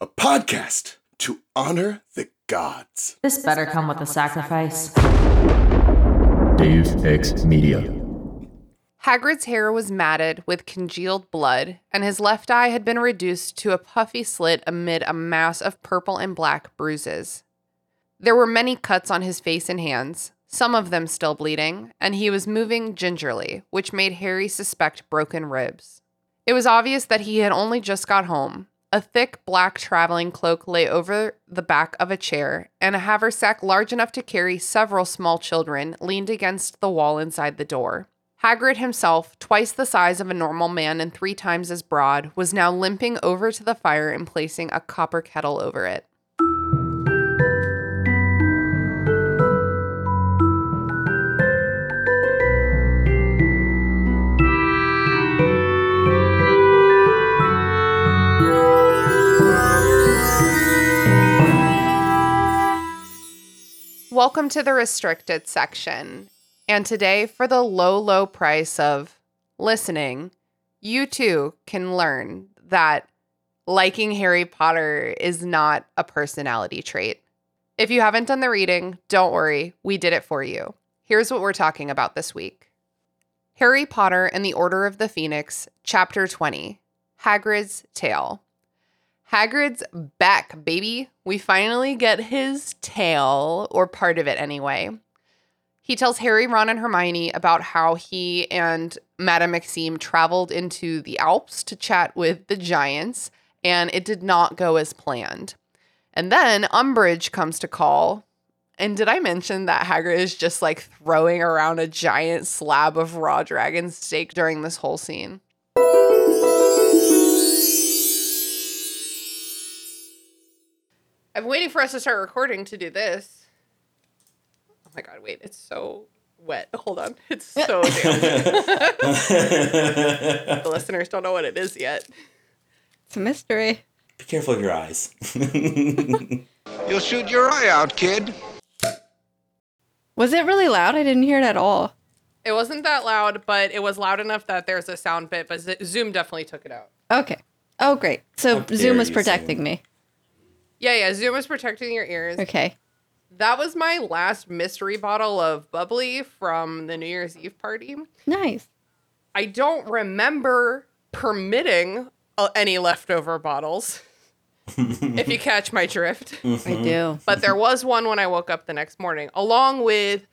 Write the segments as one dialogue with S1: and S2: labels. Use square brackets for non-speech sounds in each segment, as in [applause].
S1: a podcast to honor the gods.
S2: This better come with a sacrifice.
S3: Dave X Media.
S4: Hagrid's hair was matted with congealed blood, and his left eye had been reduced to a puffy slit amid a mass of purple and black bruises. There were many cuts on his face and hands, some of them still bleeding, and he was moving gingerly, which made Harry suspect broken ribs. It was obvious that he had only just got home. A thick black traveling cloak lay over the back of a chair, and a haversack large enough to carry several small children leaned against the wall inside the door. Hagrid himself, twice the size of a normal man and three times as broad, was now limping over to the fire and placing a copper kettle over it. Welcome to the restricted section. And today, for the low, low price of listening, you too can learn that liking Harry Potter is not a personality trait. If you haven't done the reading, don't worry, we did it for you. Here's what we're talking about this week Harry Potter and the Order of the Phoenix, Chapter 20 Hagrid's Tale. Hagrid's back, baby. We finally get his tail, or part of it anyway. He tells Harry, Ron, and Hermione about how he and Madame Maxime traveled into the Alps to chat with the giants, and it did not go as planned. And then Umbridge comes to call. And did I mention that Hagrid is just like throwing around a giant slab of raw dragon steak during this whole scene? I'm waiting for us to start recording to do this. Oh my god, wait, it's so wet. [laughs] Hold on. It's so damp. the listeners don't know what it is yet.
S5: It's a mystery.
S6: Be careful of your eyes.
S7: You'll shoot your eye out, kid.
S5: Was it really loud? I didn't hear it at all.
S4: It wasn't that loud, but it was loud enough that there's a sound bit, but Z- Zoom definitely took it out.
S5: Okay. Oh, great. So
S6: How dare
S5: Zoom was
S6: you,
S5: protecting
S6: Zoom.
S5: me.
S4: Yeah, yeah, Zoom is protecting your ears.
S5: Okay.
S4: That was my last mystery bottle of bubbly from the New Year's Eve party.
S5: Nice.
S4: I don't remember permitting uh, any leftover bottles. if you catch my drift.
S5: I do.
S4: but there was one when I woke up the next morning, along with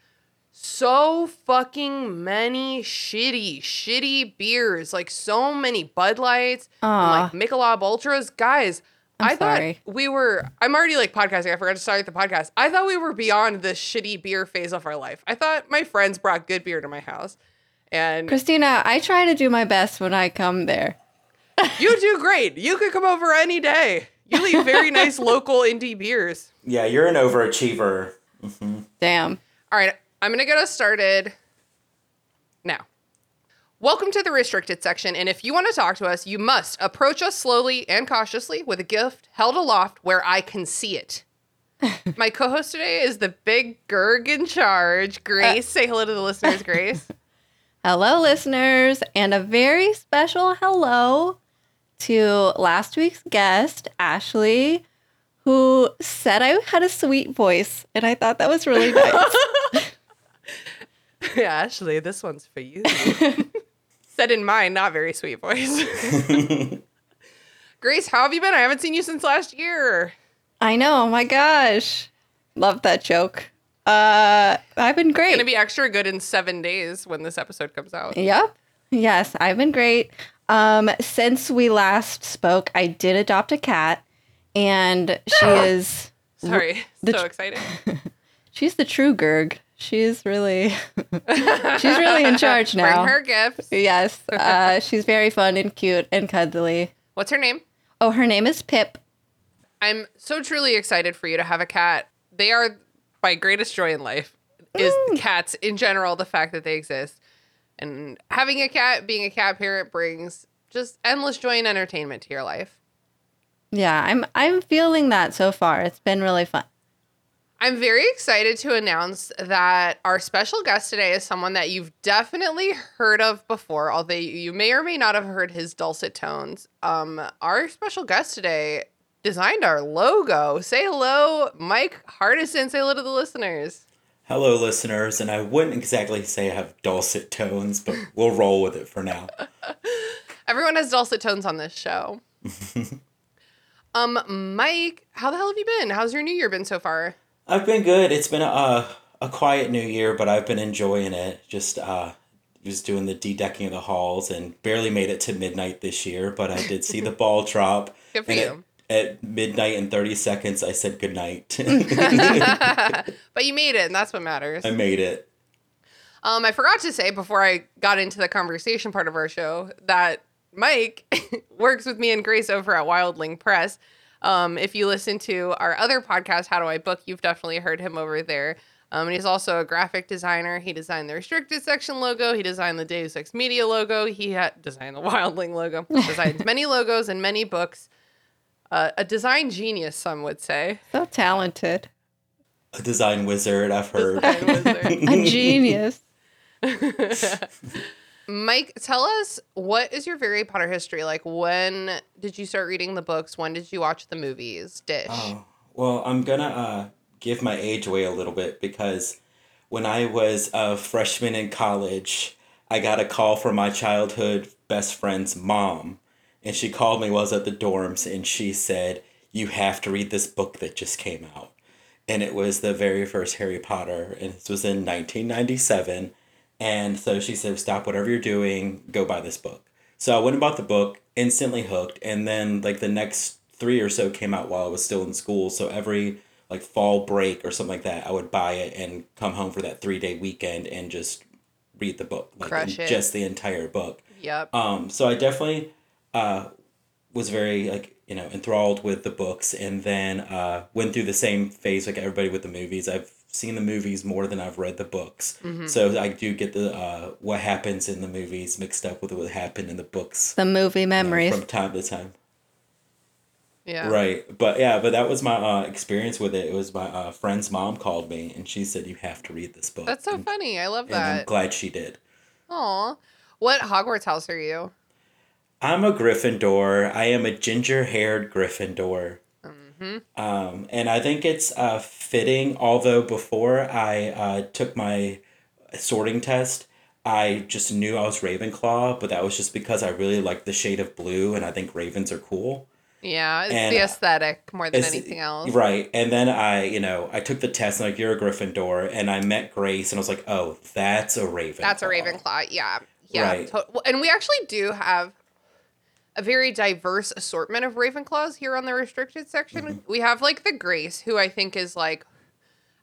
S4: so fucking many shitty, shitty beers, like so many Bud Lights,
S5: Aw.
S4: and like Michelob Ultras. Guys,
S5: I'm
S4: I thought
S5: sorry.
S4: we were. I'm already like podcasting. I forgot to start the podcast. I thought we were beyond this shitty beer phase of our life. I thought my friends brought good beer to my house, and
S5: Christina, I try to do my best when I come there.
S4: you do great. You could come over any day. You leave
S5: [laughs]
S4: very nice local indie beers.
S6: yeah, you're an overachiever.
S5: Damn.
S4: All right, I'm going to get us started now. Welcome to the restricted section, and if you want to talk to us, you must approach us slowly and cautiously with a gift held aloft where I can see [laughs] it. My co host today is the big Gerg in charge, Grace. say hello to the listeners, [laughs] Grace.
S5: Hello, listeners, and a very special hello to last week's guest, Ashley, who said I had a sweet voice, and I thought that was
S6: [laughs]
S5: really nice.
S4: Ashley, this one's for you. [laughs] Said in mine, not very sweet [laughs] voice. Grace, how have you been? I haven't seen you since last year.
S5: I know. Oh my gosh. Love that joke. Uh, I've been great.
S4: Gonna be extra good in seven days when this episode comes out.
S5: Yep. Yes, I've been great. Um, since we last spoke, I did adopt a cat, and she is
S4: Sorry, [laughs]
S5: The
S4: so
S5: tr- [laughs]
S4: excited.
S5: she's the true Gerg.
S4: [laughs]
S5: She's really she's really in charge now.
S4: Bring her gifts.
S5: Yes, uh, she's very fun and cute and cuddly.
S4: What's her name?
S5: Oh, her name is Pip.
S4: I'm so truly excited for you to have a cat. They are my greatest joy in life. Is
S5: Mm.
S4: cats in general the fact that they exist, and having a cat, being a cat parent, brings just endless joy and entertainment to your life.
S5: Yeah, I'm I'm feeling that so far. It's been really fun.
S4: I'm very excited to announce that our special guest today is someone that you've definitely heard of before, although you may or may not have heard his dulcet tones. Um, our special guest today designed our logo. Say hello, Mike Hardison. Say hello to the listeners.
S6: Hello, listeners, and I wouldn't exactly say I have dulcet tones, but we'll roll with it for now.
S4: Everyone has dulcet tones on this show. um, Mike, how the hell have you been? How's your new year been so far?
S6: I've been good. It's been a uh, a quiet new year, but I've been enjoying it. Just uh, just doing the dedecking of the halls, and barely made it to midnight this year. But I did [laughs] see the ball drop.
S4: Good for
S6: and
S4: you.
S6: At, at midnight and thirty seconds, I said good
S4: [laughs]
S6: night.
S4: but you made it, and that's what matters.
S6: I made it.
S4: Um, I forgot to say before I got into the conversation part of our show that Mike [laughs] works with me and Grace over at Wildling Press. Um, if you listen to our other podcast, How Do I Book, you've definitely heard him over there. Um, and he's also a graphic designer. He designed the restricted section logo. He designed the Deus Ex Media logo. He had designed the [laughs] Wildling logo. Designs many logos and many books. Uh, a design genius, some would say.
S5: So talented.
S6: A design
S4: [laughs]
S6: wizard. I've heard.
S4: Design wizard. [laughs]
S5: A genius.
S4: Mike, tell us what is your Harry Potter history? Like, when did you start reading the books? When did you watch the movies? Dish.
S6: Oh, well, I'm gonna uh, give my age away a little bit because when I was a freshman in college, I got a call from my childhood best friend's mom, and she called me while I was at the dorms, and she said, "You have to read this book that just came out," and it was the very first Harry Potter, and this was in 1997, and so she said, "Stop whatever you're doing, go buy this book." So I went and bought the book, instantly hooked, and then like the next three or so came out while I was still in school. So every like fall break or something like that, I would buy it and come home for that three day weekend and just read the book, like
S4: Crush it.
S6: just the entire book.
S4: Yep.
S6: Um, so I definitely uh, was very like you know enthralled with the books, and then uh, went through the same phase like everybody with the movies. I've seen the movies more than I've read the books,
S4: Mm-hmm.
S6: so I do get the uh, what happens in the movies mixed up with what happened in the books
S5: The movie
S6: you know,
S5: memories.
S6: from time to time.
S4: yeah.
S6: Right, but yeah, but that was my uh, experience with it. It was my uh, friend's mom called me, and she said you have to read this book.
S4: That's so
S6: and,
S4: funny. I love
S6: and I'm
S4: that.
S6: glad she did.
S4: Aw. What Hogwarts house are you?
S6: I'm a Gryffindor. I am a ginger-haired Gryffindor.
S4: Mm-hmm.
S6: Um, and I think it's uh, fitting, although before I uh, took my sorting test, I just knew I was Ravenclaw, but that was just because I really liked the shade of blue, and I think ravens are cool.
S4: Yeah, it's
S6: And,
S4: the
S6: uh,
S4: aesthetic more than
S6: It's-
S4: anything else.
S6: Right. And then I, you know, I took the test and like you're a Gryffindor and I met Grace and I was like, "Oh, that's a Raven."
S4: That's a Ravenclaw. Yeah. Yeah.
S6: Right.
S4: to- well, and we actually do have a very diverse assortment of Ravenclaws here on the restricted section. We have like the Grace, who I think is like,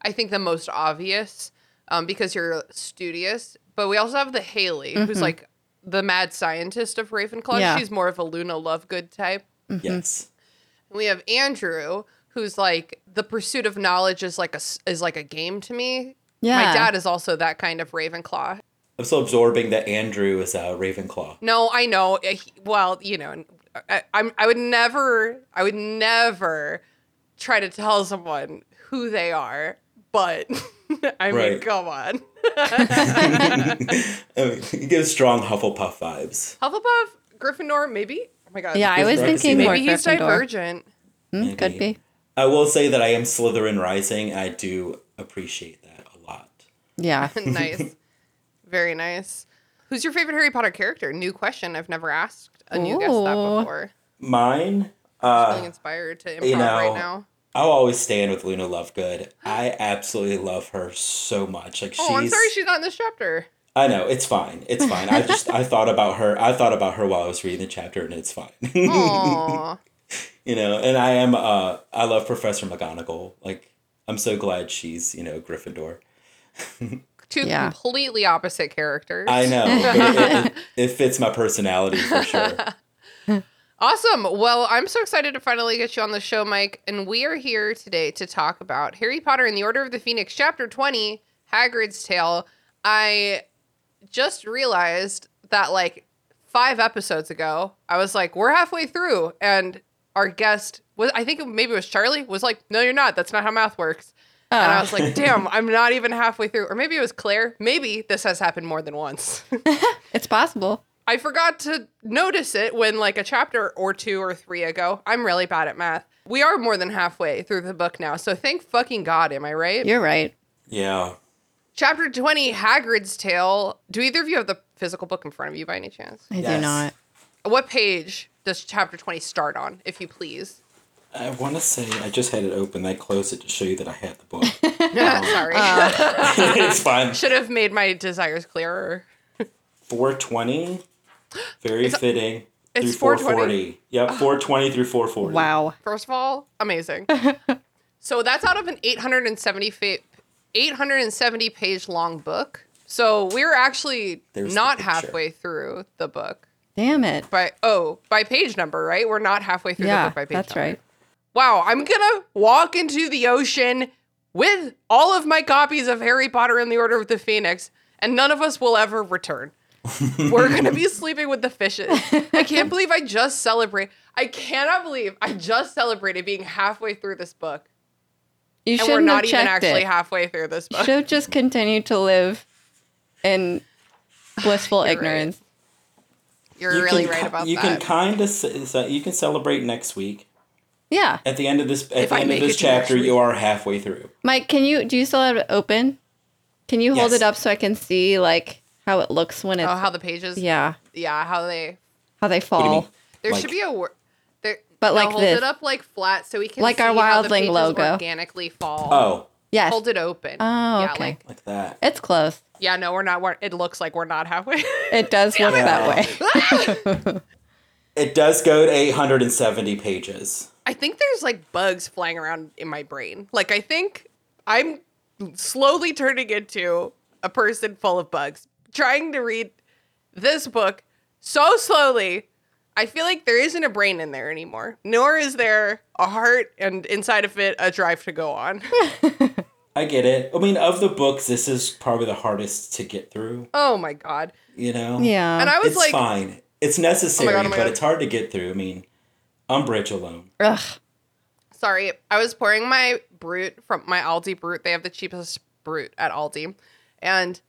S4: I think the most obvious um, because you're studious. But we also have the Haley, who's like the mad scientist of Ravenclaw.
S5: Mm-hmm. Yeah.
S4: She's more of a Luna Lovegood type. Mm-hmm.
S6: Yes.
S4: And we have Andrew, who's like the pursuit of knowledge is like a s- is like a game to me. My
S5: Yeah.
S4: dad is also that kind of Ravenclaw.
S6: I'm still absorbing that Andrew is a Ravenclaw.
S4: No, I know. Uh, he- Well, you know, I, I'm. I would never. I would never try to tell someone who they are. But [laughs] I mean,
S6: Right.
S4: come on.
S6: [laughs] I mean, he gives strong Hufflepuff vibes.
S4: Hufflepuff, Gryffindor, maybe. Oh my god.
S5: Yeah, I was
S6: Gryffindor.
S5: thinking
S6: Maybe
S5: more
S4: Maybe he's
S5: Gryffindor.
S4: divergent. [laughs]
S5: Mm, could
S6: Maybe.
S5: be.
S6: I will say that I am Slytherin rising. I do appreciate that a lot.
S5: Yeah.
S6: [laughs]
S4: nice. Very nice. Who's your favorite Harry Potter character? New question. I've never asked a new guest that
S5: Ooh.
S4: before.
S6: Mine
S4: I'm feeling
S6: uh,
S4: inspired to improv
S6: you
S4: right
S6: know,
S4: now.
S6: I'll always stand with Luna Lovegood. I absolutely love her so much. Like she's
S4: Oh, I'm sorry she's not in this
S6: [laughs]
S4: chapter.
S6: I know it's fine. It's fine. I just I thought about her. I thought about her while I was reading the chapter, and it's fine. [laughs]
S4: Oh. Aw.
S6: you know, and I am. Uh, I love Professor McGonagall. Like I'm so glad she's you know Gryffindor.
S4: Two
S5: Yeah.
S4: completely opposite characters.
S6: I know but it, it, it fits my personality
S4: [laughs]
S6: for sure.
S4: Awesome. Well, I'm so excited to finally get you on the show, Mike. And we are here today to talk about Harry Potter and the Order of the Phoenix, Chapter 20, Hagrid's Tale. I just realized that like five episodes ago, I was like, we're halfway through. And our guest was, I think it maybe it was Charlie, was like, no, you're not. That's not how math works. And I
S5: Oh.
S4: was like, damn, I'm not even halfway through. Or maybe it was Claire. Maybe this has happened more than once.
S5: It's possible.
S4: I forgot to notice it when like a chapter or two or three ago. I'm really bad at math. We are more than halfway through the book now, so thank fucking God, am I right?
S5: You're right.
S6: Yeah.
S4: Chapter 20, Hagrid's Tale. Do either of you have the physical book in front of you by any chance?
S5: I do
S6: Yes.
S5: not.
S4: What page does chapter 20 start on, if you please?
S6: I want to say I just had it open. I closed it to show you that I had the book. [laughs]
S4: [laughs] Sorry.
S6: it's
S4: [laughs]
S6: fine.
S4: Should have made my desires clearer.
S6: 420. Very fitting.
S4: it's Oh.
S6: through 440. Yep, 420 through 440.
S5: Wow.
S4: First of all,
S5: [laughs]
S4: amazing. so that's out of an 870 fa- 870 page long book. So we're actually
S6: There's the
S4: not
S6: picture.
S4: halfway through the book.
S5: Damn it.
S4: By oh, by page number, right? We're not halfway through the
S5: Yeah,
S4: book by page
S5: that's
S4: number.
S5: right.
S4: Wow, I'm gonna walk into the ocean with all of my copies of Harry Potter and the Order of the Phoenix, and none of us will ever
S6: [laughs]
S4: return. We're gonna be sleeping with the fishes. I can't believe I just celebrate. I cannot believe I just celebrated being halfway through this book,
S5: You
S4: and we're
S5: shouldn't
S4: not
S5: have
S4: even
S5: checked
S4: actually
S5: it.
S4: halfway through this
S5: You
S4: book.
S5: should have just continued to live in
S4: [laughs]
S5: blissful ignorance.
S4: You're really
S6: can,
S4: right
S6: ki-
S4: about
S6: you
S4: that.
S6: can kind of so you can celebrate next week.
S5: Yeah.
S6: At the end of this at
S4: If
S6: the
S4: I
S6: end of
S4: make
S6: this
S4: it to next
S6: chapter, you are halfway through.
S5: Mike, can you do you still have it open? Can you hold
S6: Yes.
S5: it up so I can see like how it looks when it's
S4: oh, how the pages?
S5: yeah,
S4: yeah, how they.
S5: how they
S6: What do you
S5: fall.
S6: mean?
S4: There
S6: Like-
S4: should be a word. There,
S5: But
S4: no,
S5: like
S4: hold
S5: this.
S4: it up like flat so we can
S5: Like
S4: see
S5: our
S4: how the
S5: Wildling
S4: pages
S5: logo.
S4: organically fall.
S6: Oh,
S5: Yes.
S4: Hold it open.
S5: Oh,
S4: yeah,
S5: okay.
S4: Like,
S6: like that.
S5: It's close.
S4: yeah, no, we're not. We're, it looks like we're not halfway. [laughs]
S5: It does look that way.
S6: It does go to 870 pages.
S4: I think there's like bugs flying around in my brain. Like I think I'm slowly turning into a person full of bugs, trying to read this book so slowly. I feel like there isn't a brain in there anymore, nor is there a heart and inside of it a drive to go on. [laughs]
S6: I get it. I mean, of the books, this is probably the hardest to get through,
S4: oh my god!
S6: you know?
S5: Yeah.
S4: And I was
S6: it's
S4: like,
S6: fine. It's necessary,
S4: oh my
S6: but
S4: God.
S6: it's hard to get through. I mean, Umbridge alone.
S5: Ugh.
S4: Sorry, I was pouring my brute from my Aldi brute. They have the cheapest brute at Aldi, and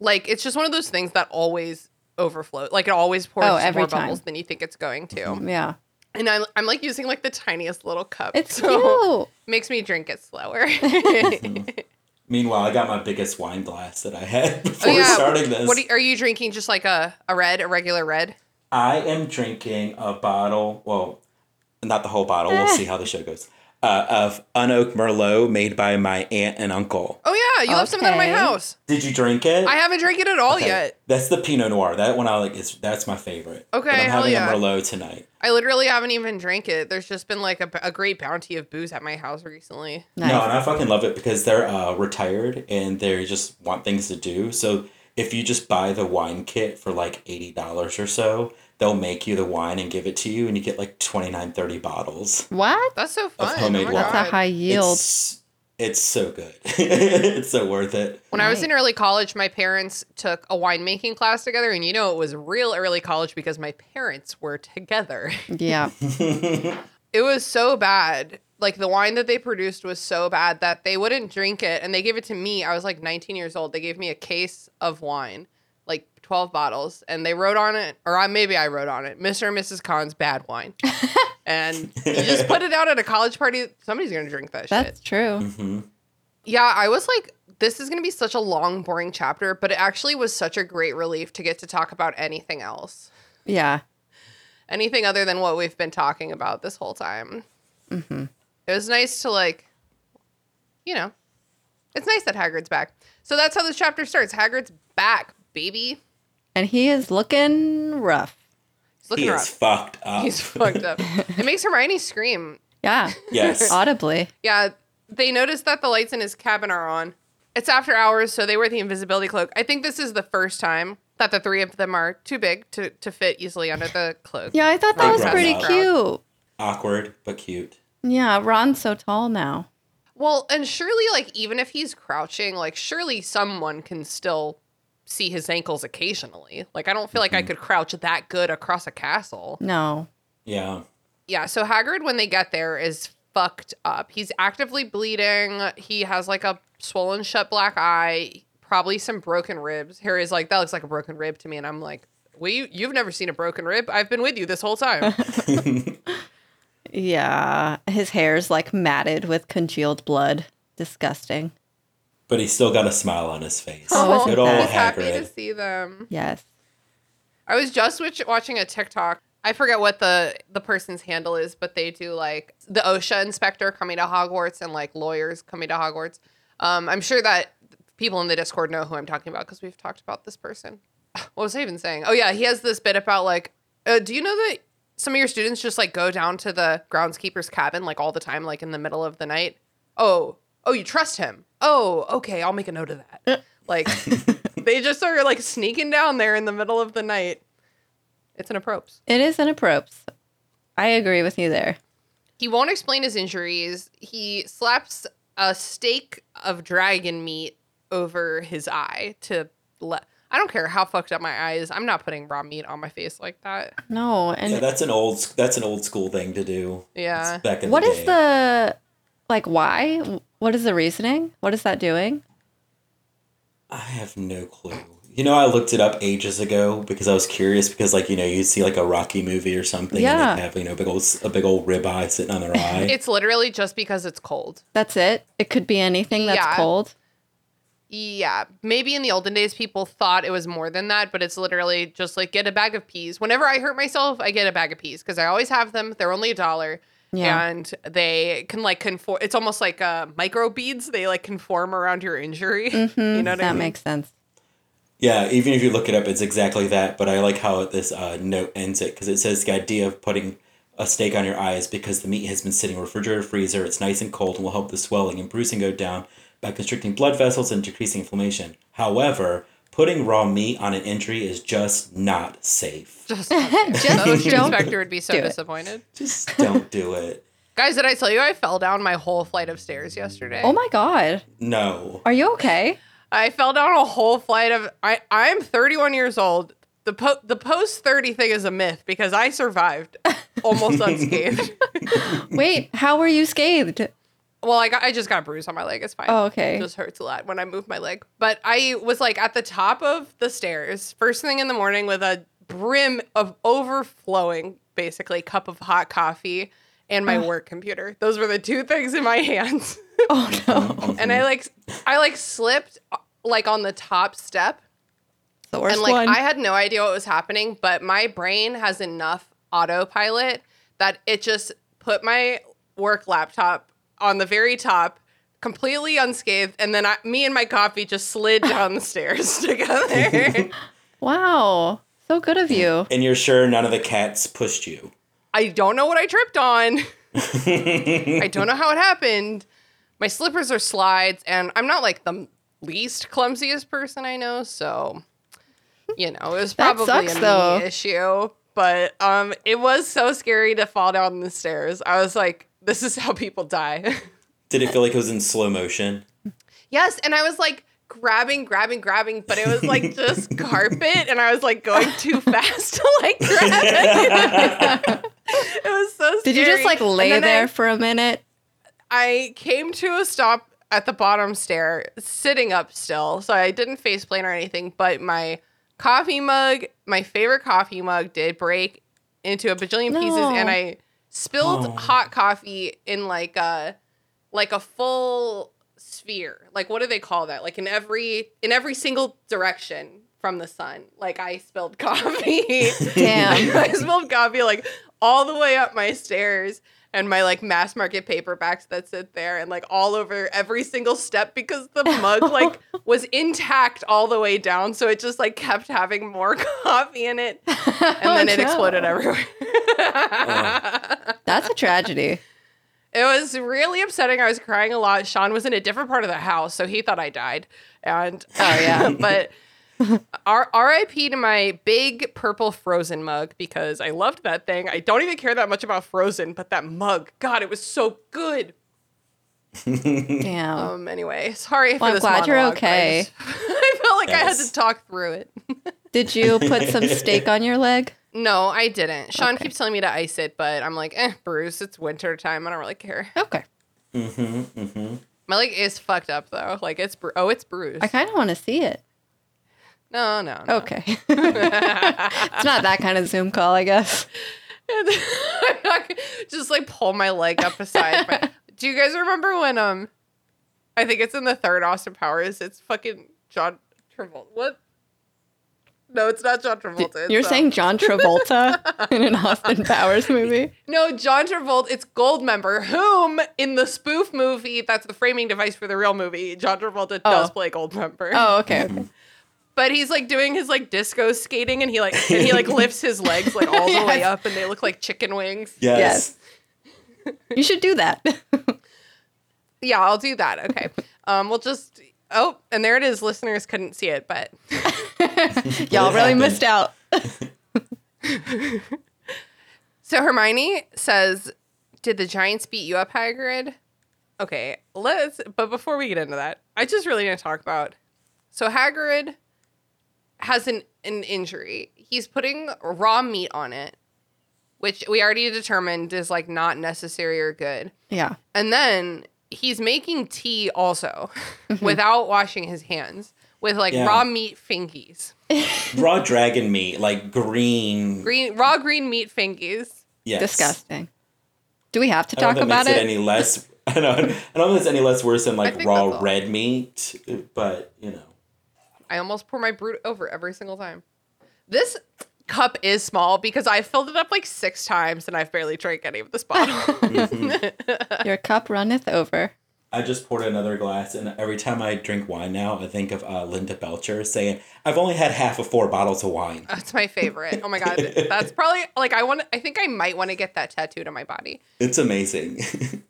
S4: like it's just one of those things that always overflows. Like it always pours
S5: Oh,
S4: just
S5: every
S4: more bubbles
S5: time.
S4: than you think it's going to.
S5: Yeah.
S4: And I, I'm like using like the tiniest little cup.
S5: It's cute.
S4: [laughs] makes me drink it
S5: [laughs]
S4: slower.
S6: Meanwhile, I got my biggest wine glass that I had [laughs] before
S4: Oh, yeah.
S6: starting this.
S4: what are you, are you drinking? Just like a a red, a regular red.
S6: I am drinking a bottle, well, not the whole bottle.
S4: [laughs]
S6: We'll see how the show goes. Uh, of unoak merlot made by my aunt and uncle.
S4: Oh yeah, you left some of that in my
S5: Okay.
S4: house.
S6: Did you drink it?
S4: I haven't drank it at all
S6: Okay.
S4: yet.
S6: That's the Pinot Noir. That one I like is that's my favorite.
S4: Okay,
S6: But I'm
S4: hell
S6: having
S4: yeah.
S6: a Merlot tonight.
S4: I literally haven't even drank it. There's just been like a, a great bounty of booze at my house recently.
S5: Nice.
S6: No, and I fucking love it because they're uh, retired and they just want things to do. So if you just buy the wine kit for like eighty dollars or so, they'll make you the wine and give it to you, and you get like 29, 30 bottles.
S5: What?
S4: That's so fun. Oh
S6: homemade
S4: my
S6: wine.
S5: That's a
S4: God.
S5: high yield.
S6: [laughs] It's, it's so good. [laughs] it's so worth it. [laughs]
S4: When I was in early college, my parents took a winemaking class together, and you know it was real early college because my parents were together. [laughs]
S5: Yeah.
S6: Mm-hmm.
S4: It was so bad. Like the wine that they produced was so bad that they wouldn't drink it, and they gave it to me. I was like 19 years old. They gave me a case of wine, like 12 bottles, and they wrote on it, or I, maybe I wrote on it, Mr. and Mrs. Khan's bad
S5: [laughs]
S4: wine. and you just put it out at a college party. Somebody's gonna drink that shit.
S5: That's true.
S6: hmm
S4: Yeah, I was like, this is going to be such a long, boring chapter, but it actually was such a great relief to get to talk about anything else.
S5: Yeah.
S4: Anything other than what we've been talking about this whole time.
S6: Mm-hmm.
S4: It was nice to, like, you know, it's nice that Hagrid's back. So that's how this chapter starts. Hagrid's back, baby.
S5: And he is looking rough.
S4: He's looking
S6: He is
S4: rough.
S6: fucked up.
S4: He's [laughs] fucked
S6: [laughs]
S4: up. It makes Hermione scream.
S5: [laughs] Yeah.
S6: yes.
S5: Audibly.
S4: Yeah, they notice that the lights in his cabin are on. It's after hours, so they wear the invisibility cloak. I think this is the first time that the three of them are too big to, to fit easily under the cloak.
S5: Yeah, I thought that
S4: Right,
S5: was
S6: right.
S5: pretty
S6: Yeah.
S5: cute.
S6: Awkward but cute.
S5: Yeah, Ron's so tall now.
S4: Well, and surely, like, even if he's crouching, like, surely someone can still see his ankles occasionally. Like, I don't feel like I could crouch that good across a castle.
S5: No.
S6: Yeah.
S4: Yeah, so Hagrid, when they get there, is fucked up. He's actively bleeding. He has like a swollen shut black eye, probably some broken ribs. Harry's like, that looks like a broken rib to me. And I'm like, well, you, you've never seen a broken rib. I've been with you this whole time.
S5: Yeah, his hair's like matted with congealed blood. Disgusting.
S6: But he's still got a smile on his face.
S5: [laughs] Oh, isn't
S6: Good old
S5: that-
S4: was happy to
S6: Hagrid.
S4: see them.
S5: Yes.
S4: I was just watch- watching a TikTok. I forget what the the person's handle is, but they do like the OSHA inspector coming to Hogwarts and like lawyers coming to Hogwarts. Um, I'm sure that people in the Discord know who I'm talking about because we've talked about this person. [sighs] What was I even saying? Oh yeah, he has this bit about like, uh, do you know that some of your students just like go down to the groundskeeper's cabin like all the time, like in the middle of the night? Oh, oh, you trust him? Oh, okay, I'll make a note of that. like, they just are like sneaking down there in the middle of the night. It's an approach.
S5: It is an approach. I agree with you there.
S4: He won't explain his injuries. He slaps a steak of dragon meat over his eye to let. I don't care how fucked up my eye is. I'm not putting raw meat on my face like that.
S5: No, and
S6: Yeah, that's an old that's an old school thing to do.
S4: Yeah.
S6: It's back in
S5: what
S6: the
S5: is
S6: day.
S5: the like why? What is the reasoning? What is that doing?
S6: I have no clue. You know, I looked it up ages ago because I was curious because, like, you know, you'd see like a Rocky movie or something,
S5: Yeah.
S6: and they'd have you know big old a big old ribeye sitting on their eye.
S4: It's literally just because it's cold.
S5: That's it. It could be anything that's
S4: Yeah.
S5: cold.
S4: Yeah. Maybe in the olden days, people thought it was more than that, but it's literally just like get a bag of peas. Whenever I hurt myself, I get a bag of peas because I always have them. They're only a dollar.
S5: Yeah.
S4: And they can like conform. It's almost like uh, micro beads. They like conform around your injury. [laughs] You know what
S5: Mm, that
S4: I mean?
S5: makes
S4: [laughs]
S5: sense.
S6: yeah, even if you look it up, it's exactly that. But I like how this uh, note ends it because it says the idea of putting a steak on your eye is because the meat has been sitting in a refrigerator freezer. It's nice and cold and will help the swelling and bruising go down by constricting blood vessels and decreasing inflammation. However, putting raw meat on an injury is just not safe.
S4: Just, just the ocean
S5: don't
S4: inspector would be so
S5: do it.
S4: disappointed.
S6: Just don't do it.
S4: Guys, did I tell you I fell down my whole flight of stairs yesterday?
S5: Oh my god.
S6: No.
S5: Are you okay?
S4: I fell down a whole flight of. I I'm 31 years old. The po- the post 30 thing is a myth because I
S5: [laughs]
S4: survived almost unscathed. [laughs]
S5: Wait, how were you scathed?
S4: well, I got I just got a bruise on my leg. It's fine.
S5: Oh, okay.
S4: It just hurts a lot when I move my leg. But I was like at the top of the stairs first thing in the morning with a brim of overflowing, basically cup of hot coffee and my work computer. Those were the two things in my [laughs] hands.
S5: Oh
S4: [laughs]
S5: no.
S4: and I like I like slipped uh, like on the top step
S5: The worst
S4: and like
S5: one.
S4: I had no idea what was happening, but my brain has enough autopilot that it just put my work laptop on the very top, completely unscathed, and then I, me and my coffee just slid down the stairs [laughs] together.
S5: wow. So good of you.
S6: And you're sure none of the cats pushed you?
S4: I don't know what I tripped on. I don't know how it happened. My slippers are slides, and I'm not like the least clumsiest person I know, so you know it was
S5: That
S4: probably
S5: sucks,
S4: a me
S5: though.
S4: issue. But um, it was so scary to fall down the stairs. I was like, "This is how people die." [laughs]
S6: Did it feel like it was in slow motion?
S4: yes, and I was like grabbing, grabbing, grabbing, but it was [laughs] like just carpet, and I was like going [laughs] too fast to like grab it. [laughs] it was so. Scary.
S5: Did you just like
S4: And
S5: lay
S4: then I-
S5: there for a minute?
S4: I came to a stop at the bottom stair, sitting up still, so I didn't face plane or anything, but my coffee mug, my favorite coffee mug, did break into a bajillion pieces
S5: No.
S4: and I spilled
S6: Oh.
S4: hot coffee in like a like a full sphere. Like what do they call that? Like in every in every single direction from the sun. Like I spilled [laughs] coffee.
S5: [laughs]
S4: [laughs]
S5: Damn.
S4: I spilled coffee like all the way up my stairs and my like mass market paperbacks that sit there and like all over every single step because the mug like was intact all the way down. So it just like kept having more [laughs] coffee in it and then it
S5: no.
S4: exploded everywhere.
S5: That's a tragedy.
S4: It was really upsetting. I was crying a lot. Sean was in a different part of the house, so he thought I died. And oh yeah, [laughs] but R- R.I.P. to my big purple Frozen mug because I loved that thing. I don't even care that much about Frozen, but that mug, God, it was so good.
S5: Damn.
S4: Um. Anyway, sorry for
S5: Well, I'm
S4: this.
S5: glad you're
S4: monologue, but I
S5: okay.
S4: just- [laughs] I felt like I had
S6: Yes.
S4: to talk through it.
S5: Did you put some steak on your leg?
S4: No, I didn't. Sean
S5: Okay.
S4: keeps telling me to ice it, but I'm like, eh, Bruce, it's winter time. I don't really care.
S5: Okay.
S4: My leg is fucked up though. Like it's bru- oh, it's bruised.
S5: I Oh, kind of want to see it.
S4: no, no, no.
S5: [laughs] Okay. it's not that kind of Zoom call, I guess.
S4: [laughs] I'm not gonna- just like pull my leg up beside
S5: [laughs]
S4: my. Do you guys remember when um, I think it's in the third Austin Powers. It's fucking John Travolta. What? No, it's not John Travolta. it's,
S5: You're
S4: um,
S5: saying
S4: [laughs]
S5: John Travolta in an Austin Powers movie?
S4: no, John Travolta. It's Goldmember, whom in the spoof movie, that's the framing device for the real movie. John Travolta does
S5: Oh.
S4: play Goldmember.
S5: Oh, okay. okay.
S4: but he's like doing his like disco skating and he like and he
S5: [laughs]
S4: like lifts his legs like all the way
S5: Yes.
S4: up and they look like chicken wings. Yeah,
S6: Yes.
S5: You should do that. [laughs]
S4: I'll do that. Okay. Um we'll just oh, and there it is. Listeners couldn't see it, but
S5: Y'all really
S6: happened.
S5: missed out.
S4: so Hermione says, Did the giants beat you up, Hagrid? Okay, let's but before we get into that, I just really want to talk about so Hagrid has an, an injury. He's putting raw meat on it, which we already determined is like not necessary or good.
S5: Yeah.
S4: And then he's making tea also [laughs] without washing his hands with like
S6: Yeah.
S4: raw meat fingies.
S6: Raw dragon meat, like green.
S4: Green raw green meat fingies.
S6: Yes.
S5: Disgusting. Do we have to
S6: I don't
S5: talk
S6: know if that
S5: about
S6: makes
S5: it?
S6: it, any less. [laughs] I don't, I don't know if it's any less worse than like
S4: think that's
S6: raw
S4: all.
S6: red meat, but you know.
S4: I almost pour my brute over every single time. This cup is small because I filled it up like six times and I've barely drank any of this bottle.
S5: Your cup runneth over.
S6: I just poured another glass, and every time I drink wine now, I think of uh, Linda Belcher saying, "I've only had half of four bottles of wine."
S4: that's my favorite. Oh my god. That's probably like I want I think I might want to get that tattooed on my body.
S6: It's amazing. [laughs]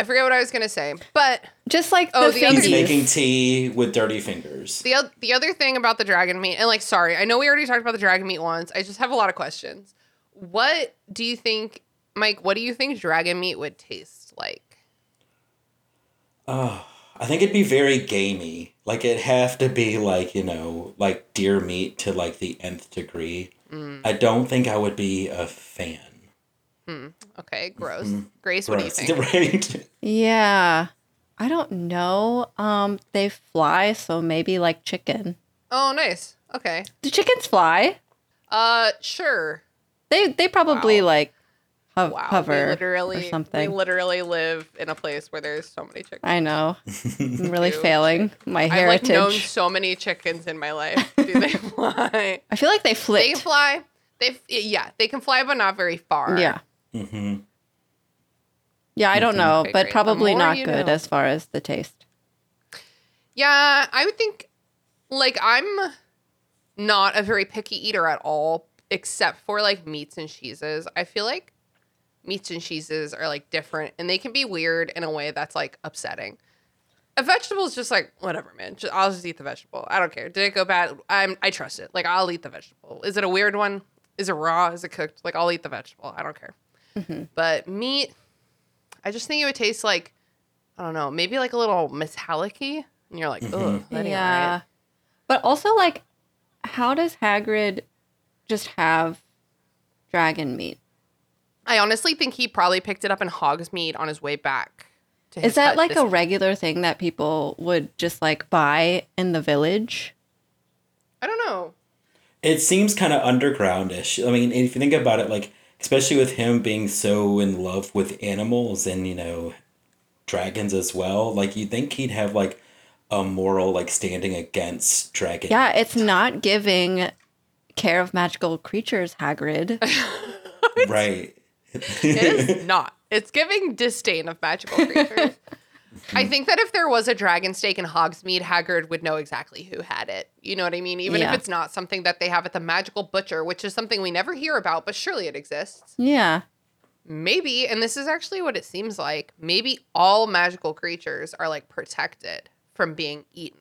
S4: I forget what I was gonna say, but
S5: Just like
S4: Oh,
S5: the,
S4: the other-
S5: fingies.
S6: He's making tea with dirty fingers.
S4: The, oth- the other thing about the dragon meat, and like, sorry, I know we already talked about the dragon meat once. I just have a lot of questions. What do you think, Mike? What do you think dragon meat would taste like?
S6: I think it'd be very gamey. Like it'd have to be like you know, like deer meat to like the nth degree.
S4: Mm.
S6: I don't think I would be a fan.
S4: Okay, gross. Grace, what do you
S6: Gross,
S4: think?
S6: [laughs] right?
S5: Yeah. I don't know. Um, they fly, so maybe like chicken.
S4: Oh, nice. Okay.
S5: Do chickens fly?
S4: Uh, sure.
S5: They they probably like ho-
S4: Wow.
S5: hover
S4: they literally,
S5: or
S4: They
S5: something.
S4: literally live in a place where there's so many chickens.
S5: I know.
S4: [laughs]
S5: I'm really
S4: Ew.
S5: failing my
S4: I've like
S5: heritage.
S4: known so many chickens in my life. Do
S5: [laughs]
S4: they fly?
S5: I feel like they
S4: they
S5: flit.
S4: can fly. They f- yeah, they can fly, but not very far.
S5: yeah.
S6: hmm
S5: Yeah, I don't know,
S4: Okay,
S5: but
S4: great. The
S5: probably
S4: more
S5: not
S4: you
S5: good
S4: know.
S5: as far as the taste.
S4: Yeah, I would think like I'm not a very picky eater at all, except for like meats and cheeses. I feel like meats and cheeses are like different and they can be weird in a way that's like upsetting. A vegetable is just like whatever, man. Just, I'll just eat the vegetable. I don't care. Did it go bad? I'm I trust it. Like I'll eat the vegetable. Is it a weird one? Is it raw? Is it cooked? Like I'll eat the vegetable. I don't care. But meat, I just think it would taste like I don't know, maybe like a little metallic-y. And you're like, ugh, that ain't right.
S5: But also like how does Hagrid just have dragon meat?
S4: I honestly think he probably picked it up in Hogsmeade on his way back. To his
S5: Is that
S4: hut
S5: like
S4: this-
S5: a regular thing that people would just like buy in the village?
S4: I don't know.
S6: It seems kind of undergroundish. I mean, if you think about it, like especially with him being so in love with animals and you know, dragons as well. Like you think he'd have like a moral like standing against dragons.
S5: Yeah, it's not giving care of magical creatures, Hagrid. [laughs]
S6: right.
S4: It is not. It's giving disdain of magical creatures. I think that if there was a dragon steak in Hogsmeade, Haggard would know exactly who had it. You know what I mean? Even
S5: Yeah.
S4: if it's not something that they have at the Magical Butcher, which is something we never hear about, but surely it exists.
S5: yeah.
S4: Maybe, and this is actually what it seems like, maybe all magical creatures are like protected from being eaten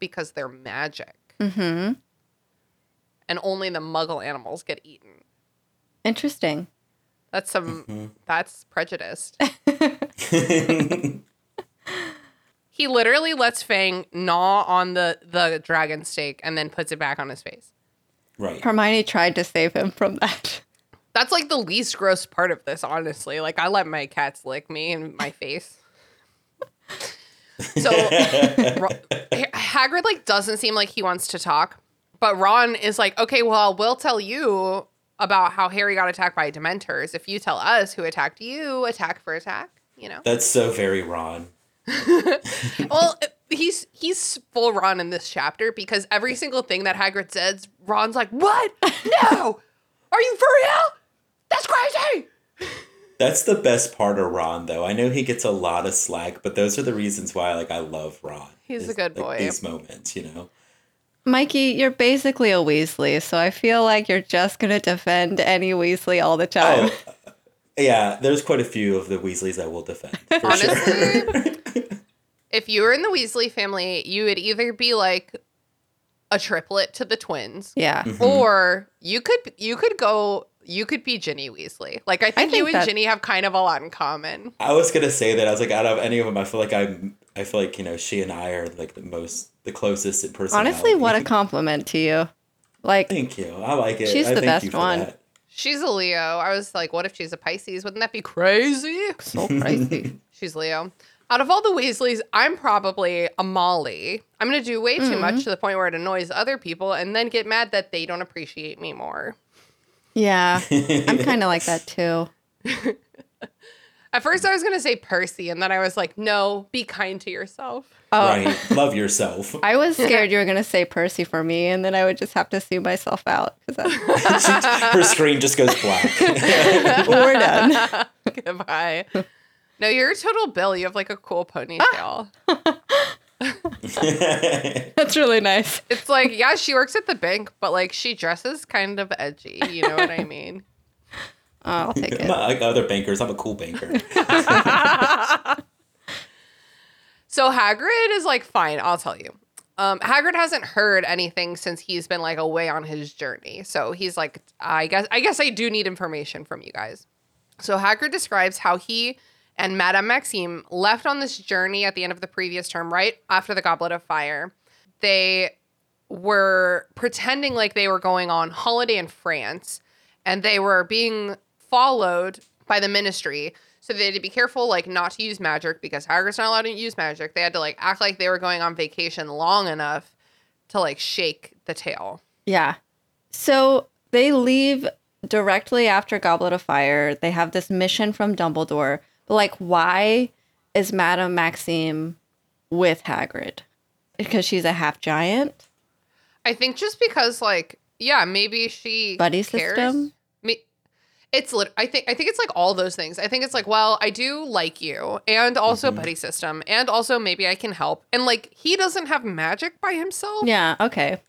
S4: because they're magic.
S5: Mhm.
S4: and only the muggle animals get eaten.
S5: Interesting.
S4: That's some that's prejudiced. he literally lets Fang gnaw on the the dragon steak and then puts it back on his face.
S6: Right.
S5: Hermione tried to save him from that. [laughs]
S4: That's like the least gross part of this, honestly. Like I let my cats lick me in my face. So Ro- Hagrid like doesn't seem like he wants to talk, but Ron is like, "Okay, well, I will tell you about how Harry got attacked by Dementors. If you tell us who attacked you, attack for attack, you know.
S6: That's so very Ron.
S4: well, he's he's full Ron in this chapter because every single thing that Hagrid says, Ron's like, "What? No! Are you for real? That's crazy!"
S6: That's the best part of Ron, though. I know he gets a lot of slack, but those are the reasons why, like, I love Ron.
S4: He's a
S6: Is,
S4: good
S6: like,
S4: boy.
S6: These moments, you know.
S5: Mikey, you're basically a Weasley, so I feel like you're just going to defend any Weasley all the time. [laughs]
S6: Oh, yeah. There's quite a few of the Weasleys I will defend. For sure.
S4: Honestly,
S5: [laughs]
S4: if you were in the Weasley family, you would either be like a triplet to the twins,
S5: Yeah.
S6: Mm-hmm.
S4: or you could you could go you could be Ginny Weasley. Like I think, you
S5: think
S4: and
S5: that-
S4: Ginny have kind of a lot in common.
S6: I was gonna say that I was like, out of any of them, I feel like I'm. I feel like you know she and I are like the most, the closest in personality.
S5: Honestly, what a compliment to you. Like,
S6: Thank you. I like it.
S5: She's
S6: I
S5: the
S6: thank
S5: best
S6: you for
S5: one.
S6: that.
S4: She's a Leo. I was like, what if she's a Pisces? Wouldn't that be crazy?
S5: so
S6: [laughs]
S5: crazy.
S4: She's Leo. Out of all the Weasleys, I'm probably a Molly. I'm going to do way too
S5: Mm-hmm.
S4: much to the point where it annoys other people and then get mad that they don't appreciate me more.
S5: yeah. I'm kind of like
S6: [laughs]
S5: that too.
S4: At first, I was going to say Percy, and then I was like, no, be kind to yourself. [laughs]
S5: Oh,
S6: Right. Love yourself. [laughs]
S5: I was scared you were going to say Percy for me, and then I would just have to sue myself out
S6: [laughs]
S5: because
S6: Her screen just goes
S5: [laughs]
S6: black. [laughs]
S5: we're done. [laughs]
S4: Goodbye. no, you're a total Bill. You have like a cool ponytail.
S5: That's really nice.
S4: It's like, yeah, she works at the bank, but like she dresses kind of edgy. You know what I mean?
S5: Oh, I'll take
S6: I'm
S5: it.
S6: not like other bankers. I'm a cool banker.
S4: So Hagrid is like, fine, I'll tell you. Um, Hagrid hasn't heard anything since he's been like away on his journey. So he's like, I guess, I guess I do need information from you guys. So Hagrid describes how he and Madame Maxime left on this journey at the end of the previous term, right after the Goblet of Fire. They were pretending like they were going on holiday in France and they were being followed by the ministry. So they had to be careful, like, not to use magic because Hagrid's not allowed to use magic. They had to, like, act like they were going on vacation long enough to, like, shake the tail.
S5: Yeah. So they leave directly after Goblet of Fire. They have this mission from Dumbledore. But like, why is Madame Maxime with Hagrid? Because she's a half giant
S4: I think just because, like, yeah, maybe she
S5: buddy
S4: cares.
S5: system.
S4: Me- it's lit- I think I think it's like all those things. I think it's like, well, I do like you, and also buddy system, and also maybe I can help. And like, he doesn't have magic by himself.
S5: Yeah. Okay.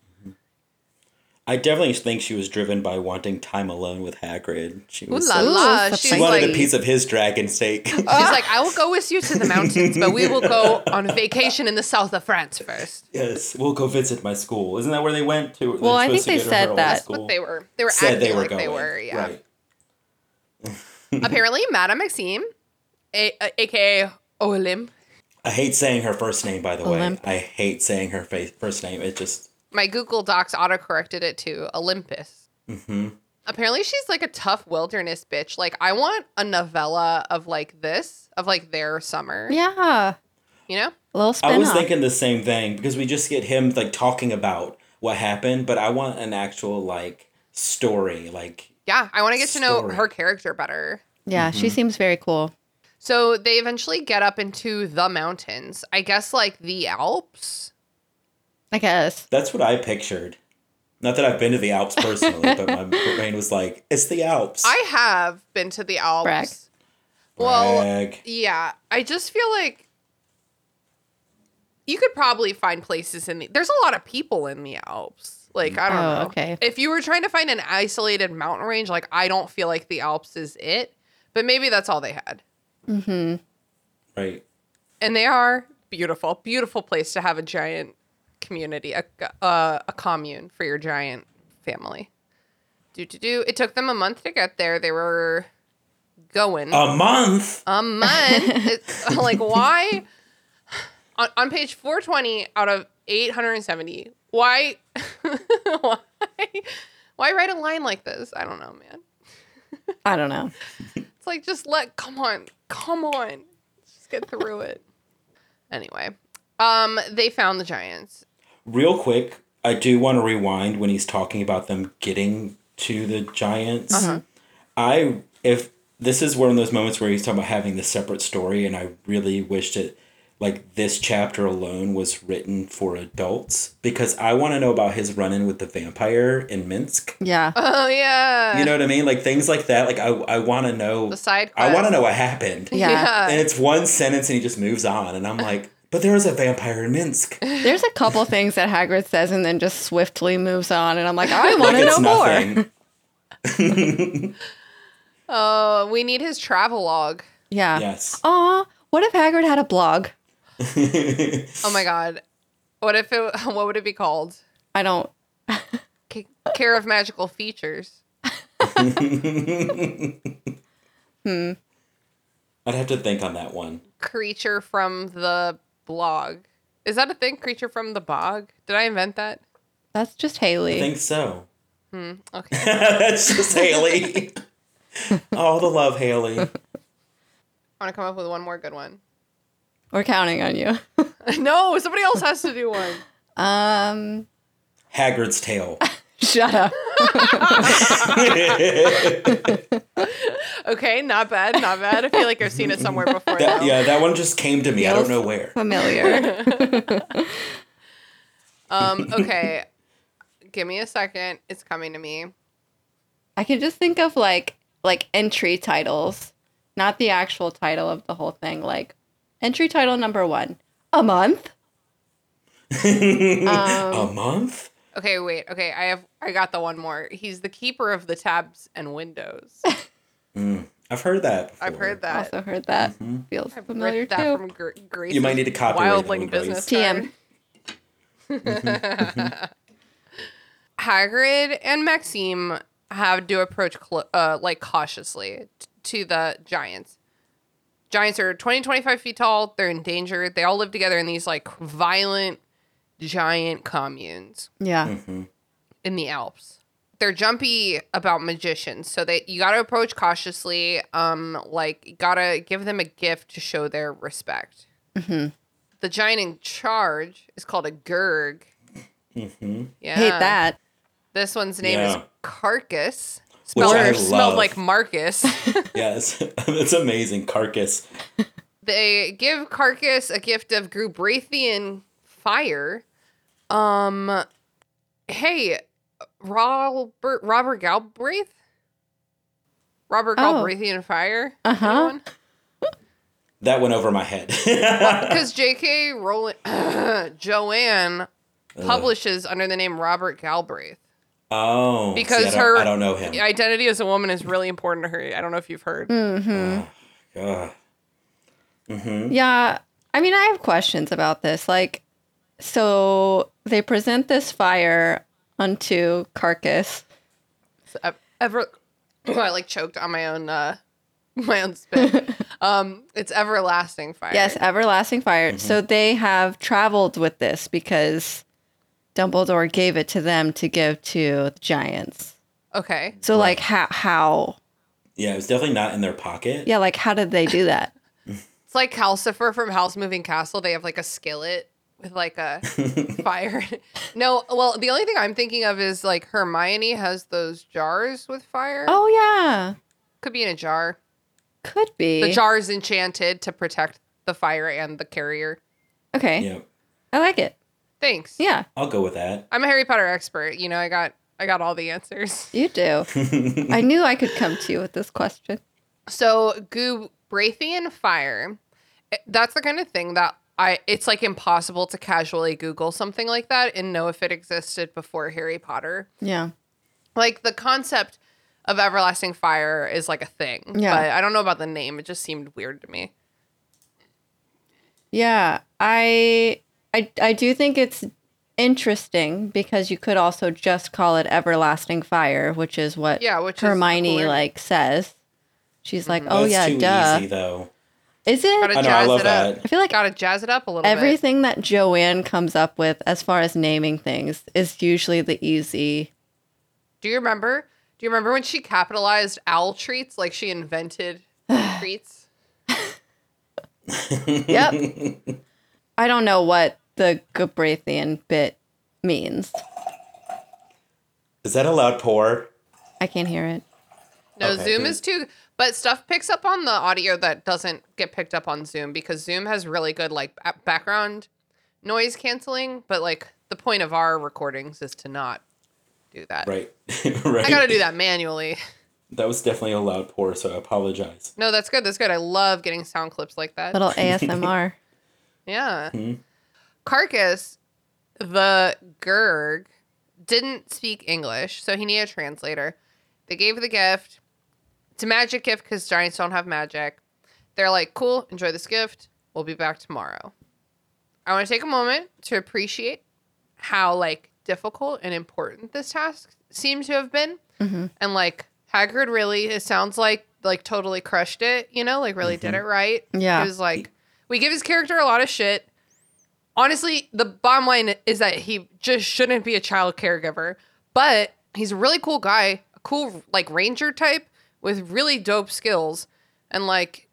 S6: I definitely think she was driven by wanting time alone with Hagrid. She
S4: Ooh
S6: was.
S4: la
S6: like-
S4: la.
S5: that's
S4: She's
S6: she wanted
S4: like,
S6: a piece of his dragon
S4: [laughs]
S6: steak. [laughs]
S4: She's like, I will go with you to the mountains, but we will go on vacation in the south of France first.
S6: yes, we'll go visit my school. Isn't that where they went to?
S5: Well, I
S6: supposed
S5: think
S6: to
S5: they
S6: go to her
S5: said
S6: old
S5: that.
S6: school.
S4: What they were, they were
S6: said
S4: acting
S6: they were
S4: like
S6: going.
S4: they were. Yeah.
S6: Right. [laughs]
S4: Apparently, Madame Maxime, a- uh, a- aka Olim,
S6: I hate saying her first name, by the way.
S5: Olymp-
S6: I hate saying her fa- first name. It just
S4: my Google Docs autocorrected it to Olympus.
S6: Mm-hmm.
S4: Apparently, she's like a tough wilderness bitch. Like, I want a novella of like this, of like their summer.
S5: Yeah.
S4: You know?
S5: A little
S6: I
S5: spin
S6: was
S5: off.
S6: thinking the same thing because we just get him like talking about what happened, but I want an actual like story. Like
S4: Yeah. I want to get to know
S6: Story.
S4: her character better.
S5: yeah. She
S6: Mm-hmm.
S5: seems very cool.
S4: So they eventually get up into the mountains. I guess like the Alps.
S5: I guess.
S6: that's what I pictured. Not that I've been to the Alps personally,
S4: [laughs]
S6: but my brain was like, it's the Alps.
S4: I have been to the Alps.
S5: Brag.
S4: Well,
S6: Brag.
S4: yeah. I just feel like you could probably find places in the. There's a lot of people in the Alps. Like I don't
S5: Oh,
S4: know.
S5: okay.
S4: If you were trying to find an isolated mountain range, like I don't feel like the Alps is it. But maybe that's all they had.
S6: right.
S4: and they are beautiful beautiful place to have a giant community a, uh, a commune for your giant family do do do it took them a month to get there they were going
S6: A month.
S4: a
S6: [laughs]
S4: month it's [laughs] like why on, on page 420 out of 870 why [laughs] why why write a line like this i don't know man
S5: I don't know.
S4: it's like just let come on, come on. Just get through it. Anyway, um they found the giants. [laughs]
S6: Real quick, I do want to rewind when he's talking about them getting to the Giants.
S4: Uh-huh.
S6: I if this is one of those moments where he's talking about having this separate story, and I really wished it like this chapter alone was written for adults because I want to know about his run in with the vampire in Minsk.
S5: Yeah.
S4: Oh yeah.
S6: You know what I mean? Like things like that. Like I I want to know.
S4: the side.
S6: I want to
S4: quest.
S6: know what happened.
S5: Yeah.
S6: And it's one sentence, and he just moves
S4: [laughs]
S6: on, and I'm like, but there was a vampire in Minsk.
S5: There's a couple things that Hagrid says and then just swiftly moves on. And I'm like, I want to
S6: Like,
S5: know
S6: it's
S4: [laughs]
S5: more.
S6: nothing.
S4: Oh, we need his travel log.
S5: Yeah.
S6: [laughs] Yes.
S5: Aw, what if Hagrid had a blog?
S4: Oh my god. What if it? [laughs] What would it be called?
S5: I don't.
S4: C- Care of magical features.
S6: I'd have to think on that one.
S4: Creature from the blog. Is that a thing? Creature from the bog. Did I invent that?
S5: That's just
S6: I
S5: Haley.
S6: think so.
S4: Hmm.
S6: [laughs]
S4: Okay.
S6: That's just
S4: [laughs]
S6: Haley. All the love, Haley.
S4: I want to come up with one more good one.
S5: We're counting on you.
S4: [laughs] no, somebody else has to do one.
S5: Um,
S4: [laughs]
S6: Haggard's tale.
S5: shut up.
S4: Okay, not bad, not bad. I feel like I've seen it
S6: [laughs]
S4: somewhere before.
S6: That,
S4: though.
S6: yeah, that one just came to me. I don't know where.
S5: Familiar.
S4: Um. Okay. Give me a second. It's coming to me.
S5: I could just think of like like entry titles, not the actual title of the whole thing. Like entry title number one, a month.
S6: a month?
S4: Okay, wait. Okay, I have. I got the one more. He's the keeper of the tabs and
S6: [laughs]
S4: windows.
S6: I've heard that. Before.
S4: I've heard that.
S5: Also heard that
S6: Mm-hmm.
S5: feels
S4: I've
S5: familiar
S4: read that
S5: too.
S4: from Gr- Grace.
S6: You might need to copyright
S4: wildling
S6: that one,
S4: business
S5: Grace.
S4: card. Hagrid and Maxime have to approach clo- uh, like cautiously t- to the giants. Giants are 20, 25 feet tall. They're endangered. They all live together in these like violent giant communes
S5: Yeah.
S4: in the Alps. They're jumpy about magicians, so they you gotta approach cautiously. Um, like you gotta give them a gift to show their respect.
S6: Mm-hmm.
S5: Mm-hmm.
S4: The giant in charge is called a Gurg.
S6: Mm-hmm.
S4: Yeah,
S5: Hate that.
S4: This one's name is
S6: Yeah.
S4: Carcass.
S6: Which
S4: Spelled,
S6: I
S4: spelled
S6: love.
S4: like Marcus. [laughs]
S6: Yes, [laughs] that's amazing. Carcass.
S4: they give Carcass a gift of Grubrathian fire. Um, hey, Robert Robert Galbraith, Robert
S5: Oh.
S4: Galbraithian fire.
S5: Uh huh.
S6: That went over my head. [laughs]
S4: Because J.K. Rowling, [clears throat] Joanne publishes under the name Robert Galbraith.
S6: oh, see,
S4: Because
S6: I don't-
S4: her-
S6: I don't know him.
S4: Identity as a woman is really important to her. I don't know if you've heard.
S5: Mm-hmm.
S6: Ugh. Mm-hmm.
S5: Yeah. I mean, I have questions about this. Like, so they present this fire unto Carcass.
S4: So I've ever [clears throat] I like choked on my own uh [laughs] my own
S5: [laughs]
S4: spit. um it's everlasting fire. Mm-hmm.
S5: Yes, everlasting fire. So they have traveled with this because Dumbledore gave it to them to give to the giants.
S4: Okay.
S5: So, like, how, how?
S6: Yeah, it was definitely not in their pocket.
S5: Yeah, like, how did they
S4: [laughs]
S5: do that?
S4: It's like Calcifer from House Moving Castle. They have like a skillet with like
S5: [laughs]
S4: a fire. no, well, the only thing I'm thinking of is like Hermione has those jars with fire.
S5: oh, yeah.
S4: Could be in a jar.
S5: Could be.
S4: The jar is enchanted to protect the fire and the carrier.
S5: okay.
S6: Yeah,
S5: I like it.
S4: Thanks.
S5: Yeah,
S6: I'll go with that.
S4: I'm a Harry Potter expert. You know, I got I got all the answers. [laughs]
S5: you do. I knew I could come to you with this question.
S4: So Gubrathian fire, i- that's the kind of thing that I it's like impossible to casually Google something like that and know if it existed before Harry Potter.
S5: Yeah.
S4: Like the concept of everlasting fire is like a thing.
S5: Yeah.
S4: But I don't know about the name. It just seemed weird to me.
S5: Yeah, I I I do think it's interesting because you could also just call it everlasting fire, which is what
S4: Yeah, which is
S5: Hermione
S4: cooler.
S5: like says. She's like, "Oh
S6: That's
S5: yeah,
S6: too
S5: duh."
S6: easy though.
S5: Is it?
S4: Gotta
S6: I know. I
S4: jazz
S6: love
S4: it up.
S6: that.
S5: I feel like
S4: Gotta jazz it up a little bit.
S5: everything that Joanne comes up with as far as naming things is usually the easy.
S4: Do you remember? Do you remember when she capitalized owl treats? Like she
S5: [sighs]
S4: invented treats?
S5: Yep.
S6: [laughs]
S5: I don't know what the Gabrathian bit means.
S6: Is that a loud pour?
S5: I can't hear it.
S4: No,
S6: Okay,
S4: Zoom
S6: good.
S4: is too, but stuff picks up on the audio that doesn't get picked up on Zoom because Zoom has really good like ba- background noise canceling. But like the point of our recordings is to not do that.
S6: Right. [laughs] right.
S4: I gotta do that manually.
S6: That was definitely a loud pour, so I apologize.
S4: No, that's good. That's good. I love getting sound clips like that.
S6: [laughs]
S5: Little ASMR.
S4: Yeah.
S6: Mm-hmm.
S4: Carcass, the Gurg, didn't speak English, so he needed a translator. They gave the gift. It's a magic gift because giants don't have magic. They're like, cool, enjoy this gift. We'll be back tomorrow. I want to take a moment to appreciate how like difficult and important this task seemed to have been. And like Hagrid really, it sounds like like totally crushed it, you know, like really did it right.
S5: Yeah.
S4: It was like we give his character a lot of shit. Honestly, the bottom line is that he just shouldn't be a child caregiver, but he's a really cool guy, a cool like ranger type with really dope skills and like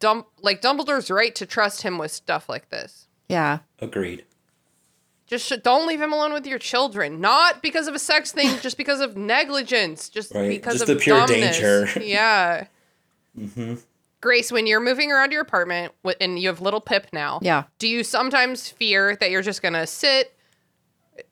S4: Dum- like Dumbledore's right to trust him with stuff like this.
S5: Yeah.
S6: Agreed.
S4: Just sh- don't leave him alone with your children. Not because of a sex thing, just because of negligence, just
S6: Right,
S4: because
S6: just
S4: of
S6: the pure
S4: dumbness.
S6: danger.
S4: [laughs]
S6: Mm-hmm.
S4: yeah. Grace, when you're moving around your apartment wi- and you have little Pip now,
S5: Yeah.
S4: do you sometimes fear that you're just gonna sit?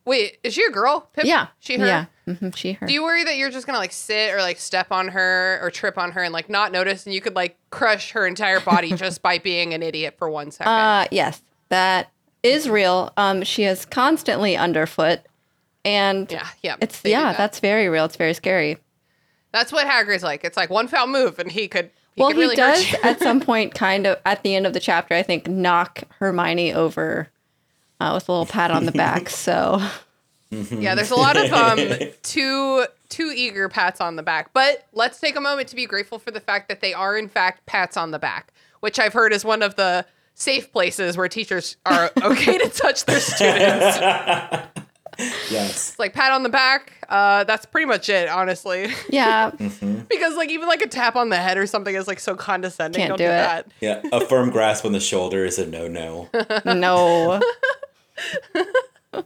S4: Wait, is she a girl? Pip?
S5: Yeah.
S4: she her.
S5: Yeah. hmm She her.
S4: Do you worry that you're just gonna like sit or like step on her or trip on her and like not notice and you could like crush her entire
S5: [laughs]
S4: body just by being an idiot for one second?
S5: Uh, yes, that is real. Um, she is constantly underfoot, and
S4: yeah, yeah.
S5: it's
S4: they do
S5: yeah,
S4: that.
S5: that's very real. It's very scary.
S4: that's what Hagrid's like. It's like one foul move and he could. He
S5: well,
S4: could
S5: he
S4: really hurt
S5: does
S4: you. [laughs]
S5: at some point, kind of at the end of the chapter, I think, knock Hermione over uh, with a little pat on the
S4: [laughs]
S5: back. So
S4: Yeah, there's a lot of um too too eager pats on the back. But let's take a moment to be grateful for the fact that they are in fact pats on the back, which I've heard is one of the safe places where teachers
S5: [laughs]
S4: are okay to touch their students.
S6: Yes.
S4: It's like pat on the back. Uh, that's pretty much it, honestly. [laughs]
S5: yeah,
S4: because like even like a tap on the head or something is like so condescending.
S5: Can't
S4: Don't
S5: do
S4: do,
S5: it.
S4: that.
S6: Yeah. A firm [laughs] grasp on the shoulder is a no no.
S5: no,
S4: A, Uh,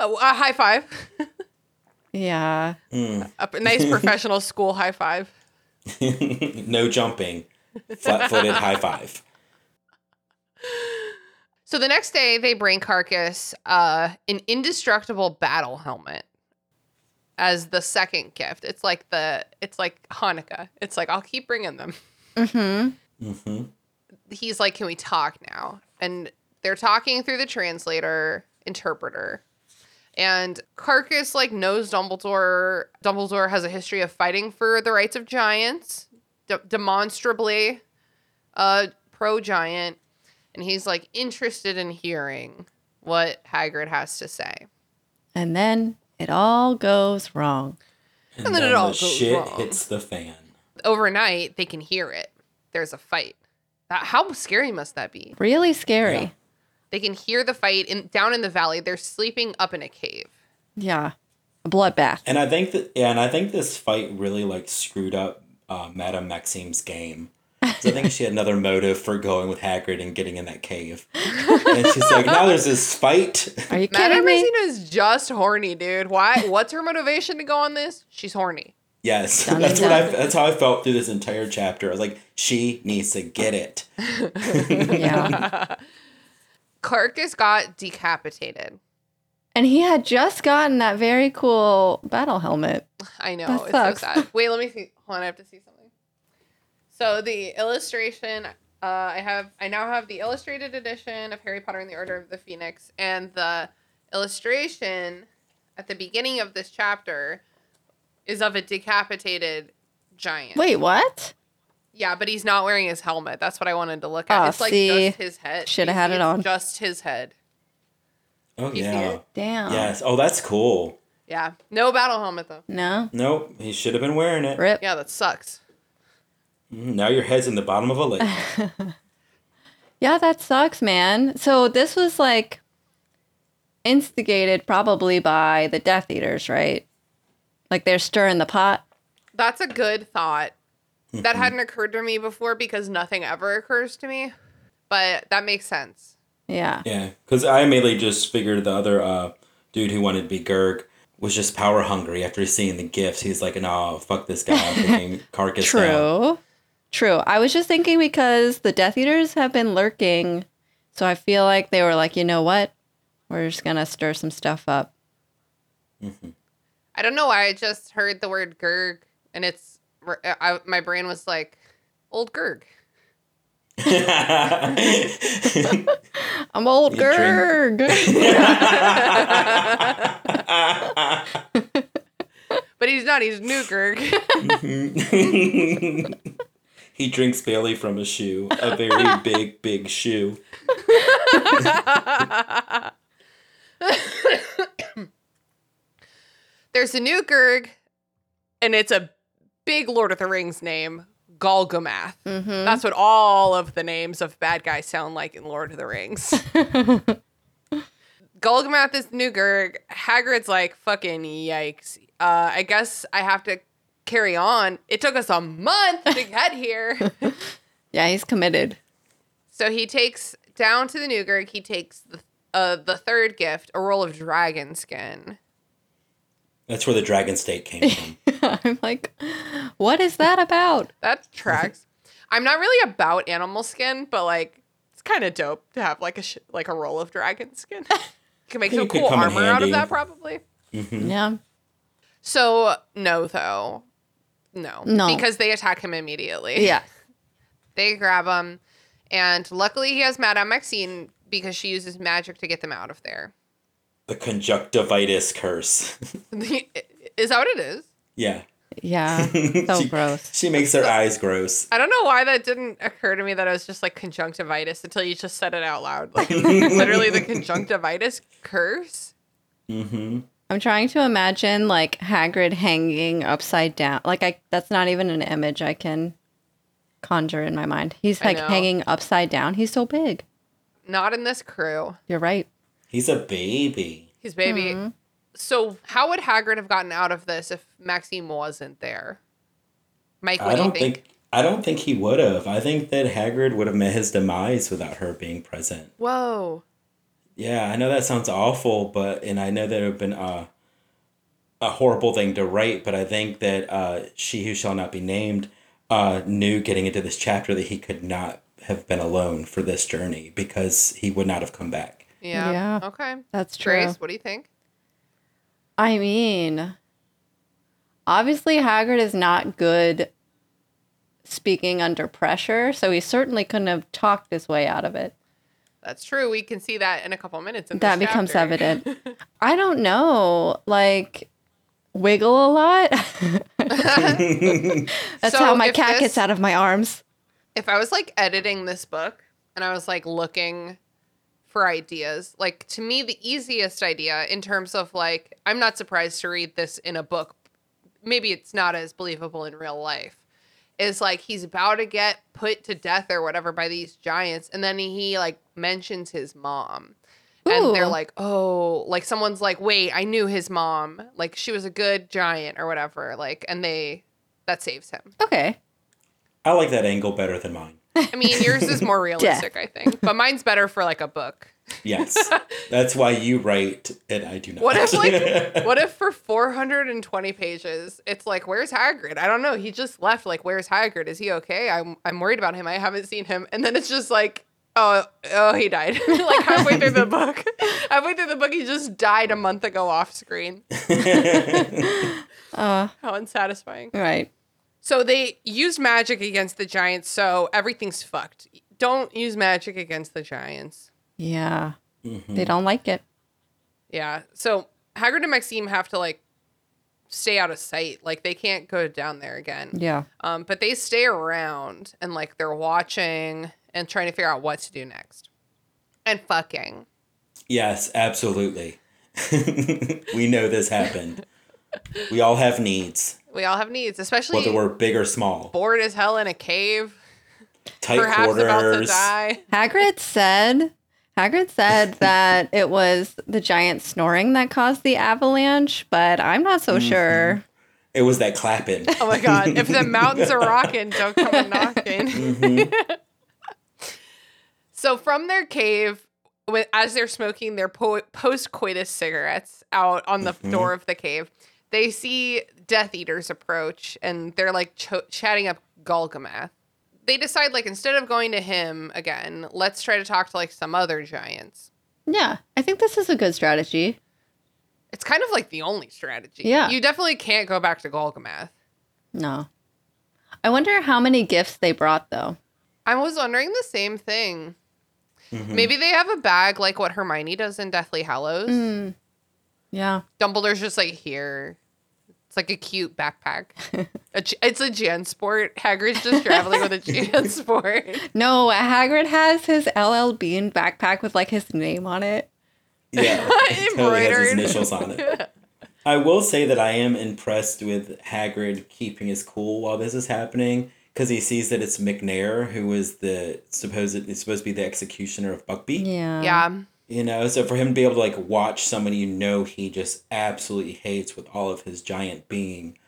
S4: a high five,
S5: yeah,
S6: Hmm.
S4: a p-
S5: [laughs]
S4: nice professional school high five.
S6: [laughs] No jumping. Flat footed high five.
S4: So the next day, they bring Carcass uh, an indestructible battle helmet as the second gift. It's like the it's like Hanukkah. It's like I'll keep bringing them. Mm-hmm. He's like, can we talk now? And they're talking through the translator interpreter. And Carcass like knows Dumbledore. Dumbledore has a history of fighting for the rights of giants, de- demonstrably uh, pro giant and he's like interested in hearing what Hagrid has to say.
S5: and then it all goes wrong.
S6: And,
S4: then it all goes
S6: the shit
S4: wrong.
S6: hits the fan.
S4: Overnight, they can hear it. There's a fight. That, how scary must that be?
S5: Really scary.
S4: They can hear the fight in down in the valley. They're sleeping up in a cave.
S5: Yeah, a bloodbath.
S6: And I think that yeah, and I think this fight really like screwed up uh, Madame Maxime's game. 'Cause I think she had another motive for going with Hagrid and getting in that cave. And she's like, now there's this fight. [laughs]
S5: Are you
S4: Madame
S5: kidding me?
S4: Rosina is just horny, dude.
S5: [laughs]
S4: Why? What's her motivation to go on this? She's horny.
S6: Yes,
S5: Dun,
S6: that's what I.
S5: dun.
S6: That's how I felt through this entire chapter. I was like, she needs to get it.
S5: Yeah,
S4: [laughs] Carcass got decapitated.
S5: and he had just gotten that very cool battle helmet.
S4: I know.
S5: That
S4: it's
S5: sucks.
S4: so sad. Wait, let me see. Hold on, I have to see something. So the illustration uh, I have I now have the illustrated edition of Harry Potter and the Order of the Phoenix and the illustration at the beginning of this chapter is of a decapitated giant.
S5: Wait, what?
S4: Yeah, but he's not wearing his helmet. That's what I wanted to look at.
S5: Oh,
S4: it's like
S5: see.
S4: just his head.
S5: Shoulda
S4: You
S5: had
S4: see,
S5: it
S4: it's
S5: on.
S4: Just his head.
S6: Oh
S4: see
S6: yeah,
S4: it?
S5: Damn.
S6: yes. Oh, that's cool.
S4: Yeah. No battle helmet though.
S5: No.
S6: Nope, he should have been wearing it.
S5: Rip. Yeah.
S4: Yeah, that sucks.
S6: Mm, Now your head's in the bottom of a lake.
S5: that sucks, man. So this was like instigated probably by the Death Eaters, right? Like they're stirring the pot.
S4: That's a good thought. That hadn't occurred to me before because nothing ever occurs to me. But that makes sense.
S5: Yeah.
S6: yeah, because I immediately just figured the other uh, dude who wanted to be Gurg was just power hungry after seeing the gifts. He's like, nah, fuck
S5: [laughs]
S6: this guy. I'm putting carcass
S5: True.
S6: down.
S5: True. I was just thinking because the Death Eaters have been lurking. So I feel like they were like, you know what? We're just going to stir some stuff up.
S4: I don't know why I just heard the word Gerg and it's I, my brain was like old Gerg.
S5: I'm old
S6: You drink-
S5: Gerg.
S6: [laughs]
S4: But he's not, he's new Gerg.
S6: [laughs]
S4: [laughs]
S6: he drinks Bailey from a shoe,
S5: [laughs]
S6: a very big, big shoe.
S4: There's a new Gerg and it's a big Lord of the Rings name, Golgamath.
S5: hmm
S4: That's what all of the names of bad guys sound like in Lord of the Rings. Golgamath is new Gerg. Hagrid's like, fucking yikes. Uh, I guess I have to carry on. It took us a month to get here.
S5: [laughs] Yeah, he's committed.
S4: so he takes down to the new Gerg, he takes the, uh, the third gift, a roll of dragon skin.
S6: That's where the dragon state came from.
S5: [laughs] I'm like, what is that about?
S4: That
S5: [laughs]
S4: tracks. I'm not really about animal skin, but like it's kind of dope to have like a sh- like a roll of dragon skin.
S5: [laughs]
S4: you can make
S6: It
S4: some
S6: could
S4: cool
S6: come in
S4: armor out of
S6: handy.
S4: that probably.
S5: Yeah.
S4: So no, though, no,
S5: No.
S4: because they attack him immediately.
S5: Yeah.
S4: they grab him, and luckily he has Madame Maxine because she uses magic to get them out of there. [laughs]
S6: the conjunctivitis curse. [laughs]
S4: is that what it is?
S6: yeah.
S5: Yeah. So gross.
S6: [laughs] She makes her eyes gross.
S4: I don't know why that didn't occur to me that it was just like conjunctivitis until you just said it out loud.
S6: [laughs]
S4: Like literally the conjunctivitis curse.
S6: Mm-hmm.
S5: I'm trying to imagine like Hagrid hanging upside down. Like I that's not even an image I can conjure in my mind. He's
S4: I
S5: like
S4: know.
S5: hanging upside down. He's so big.
S4: Not in this crew.
S5: You're right.
S6: He's a baby.
S4: His baby.
S5: Mm-hmm.
S4: So how would Hagrid have gotten out of this if Maxime wasn't there? Mike, what
S6: I
S4: do you
S6: don't
S4: think?
S6: think I don't think he would have. I think that Hagrid would have met his demise without her being present.
S4: Whoa.
S6: Yeah, I know that sounds awful, but and I know that it would have been a, a horrible thing to write, but I think that uh, she who shall not be named uh, knew getting into this chapter that he could not have been alone for this journey because he would not have come back.
S4: Yeah.
S5: Yeah.
S4: Okay.
S5: That's true.
S4: Trace, what do you think?
S5: I mean, obviously Hagrid is not good speaking under pressure, so he certainly couldn't have talked his way out of it.
S4: That's true. We can see that in a couple minutes. In
S5: that
S4: this
S5: becomes
S4: chapter.
S5: evident. [laughs] I don't know, like wiggle a lot. That's
S4: So
S5: how my
S4: if
S5: cat
S4: this-
S5: gets out of my arms.
S4: if I was like editing this book and I was like looking for ideas, like to me, the easiest idea in terms of like, I'm not surprised to read this in a book. Maybe it's not as believable in real life. Is like he's about to get put to death or whatever by these giants. And then he like mentions his mom. And they're
S5: Ooh.
S4: like, oh, like someone's like, wait, I knew his mom. Like she was a good giant or whatever. Like, and they, that saves him.
S5: Okay.
S6: I like that angle better than mine.
S4: I mean, yours is more realistic, I think, but mine's better for like a book. [laughs]
S6: Yes. That's why you write and I do not.
S4: What if like, what if for 420 pages, it's like, where's Hagrid? I don't know. He just left. Like, where's Hagrid? Is he okay? I'm I'm worried about him. I haven't seen him. And then it's just like, oh oh, he died. [laughs] like halfway through the book, halfway through the book, he just died a month ago off screen.
S5: Uh,
S4: How unsatisfying.
S5: right.
S4: So they used magic against the giants. So everything's fucked. Don't use magic against the giants.
S5: Yeah. They don't like it.
S4: Yeah. So Hagrid and Maxime have to like stay out of sight. Like they can't go down there again.
S5: Yeah.
S4: Um, but they stay around and like they're watching and trying to figure out what to do next. And fucking.
S6: Yes, absolutely. [laughs] we know this happened. We all have needs,
S4: We all have needs, especially
S6: whether we're big or small.
S4: bored as hell in a cave,
S6: Tight
S4: perhaps about to
S6: quarters.
S4: die.
S5: Hagrid said Hagrid said that it was the giant snoring that caused the avalanche, but I'm not so sure.
S6: It was
S4: [laughs]
S6: that clapping.
S4: Oh my god! If the mountains are rocking, don't come
S6: Mm-hmm.
S4: a knocking. so from their cave, with, as they're smoking their po- post coitus cigarettes out on the
S6: Mhm.
S4: door of the cave, they see Death Eaters approach and they're like cho- chatting up Golgamath. They decide, like, instead of going to him again, let's try to talk to like some other giants.
S5: Yeah, I think this is a good strategy.
S4: It's kind of like the only strategy.
S5: Yeah.
S4: You definitely can't go back to Golgamath.
S5: No. I wonder how many gifts they brought though.
S4: I was wondering the same thing.
S6: Mhm.
S4: Maybe they have a bag like what Hermione does in Deathly Hallows.
S5: Yeah.
S4: Dumbledore's just like here. It's like a cute
S5: [laughs]
S4: backpack. a, J- it's a Jansport. Hagrid's just traveling
S5: [laughs]
S4: with a Jansport.
S5: No, Hagrid has his LL Bean backpack with like his name on it.
S4: [laughs]
S6: Yeah, it totally has his
S4: Embroidered.
S6: initials
S4: [laughs]
S6: on it. I will say that I am impressed with Hagrid keeping his cool while this is happening because he sees that it's McNair who is the supposed is supposed to be the executioner of Buckbeak.
S5: Yeah.
S4: yeah.
S6: You know, so for him to be able to like watch somebody you know he just absolutely hates with all of his giant being,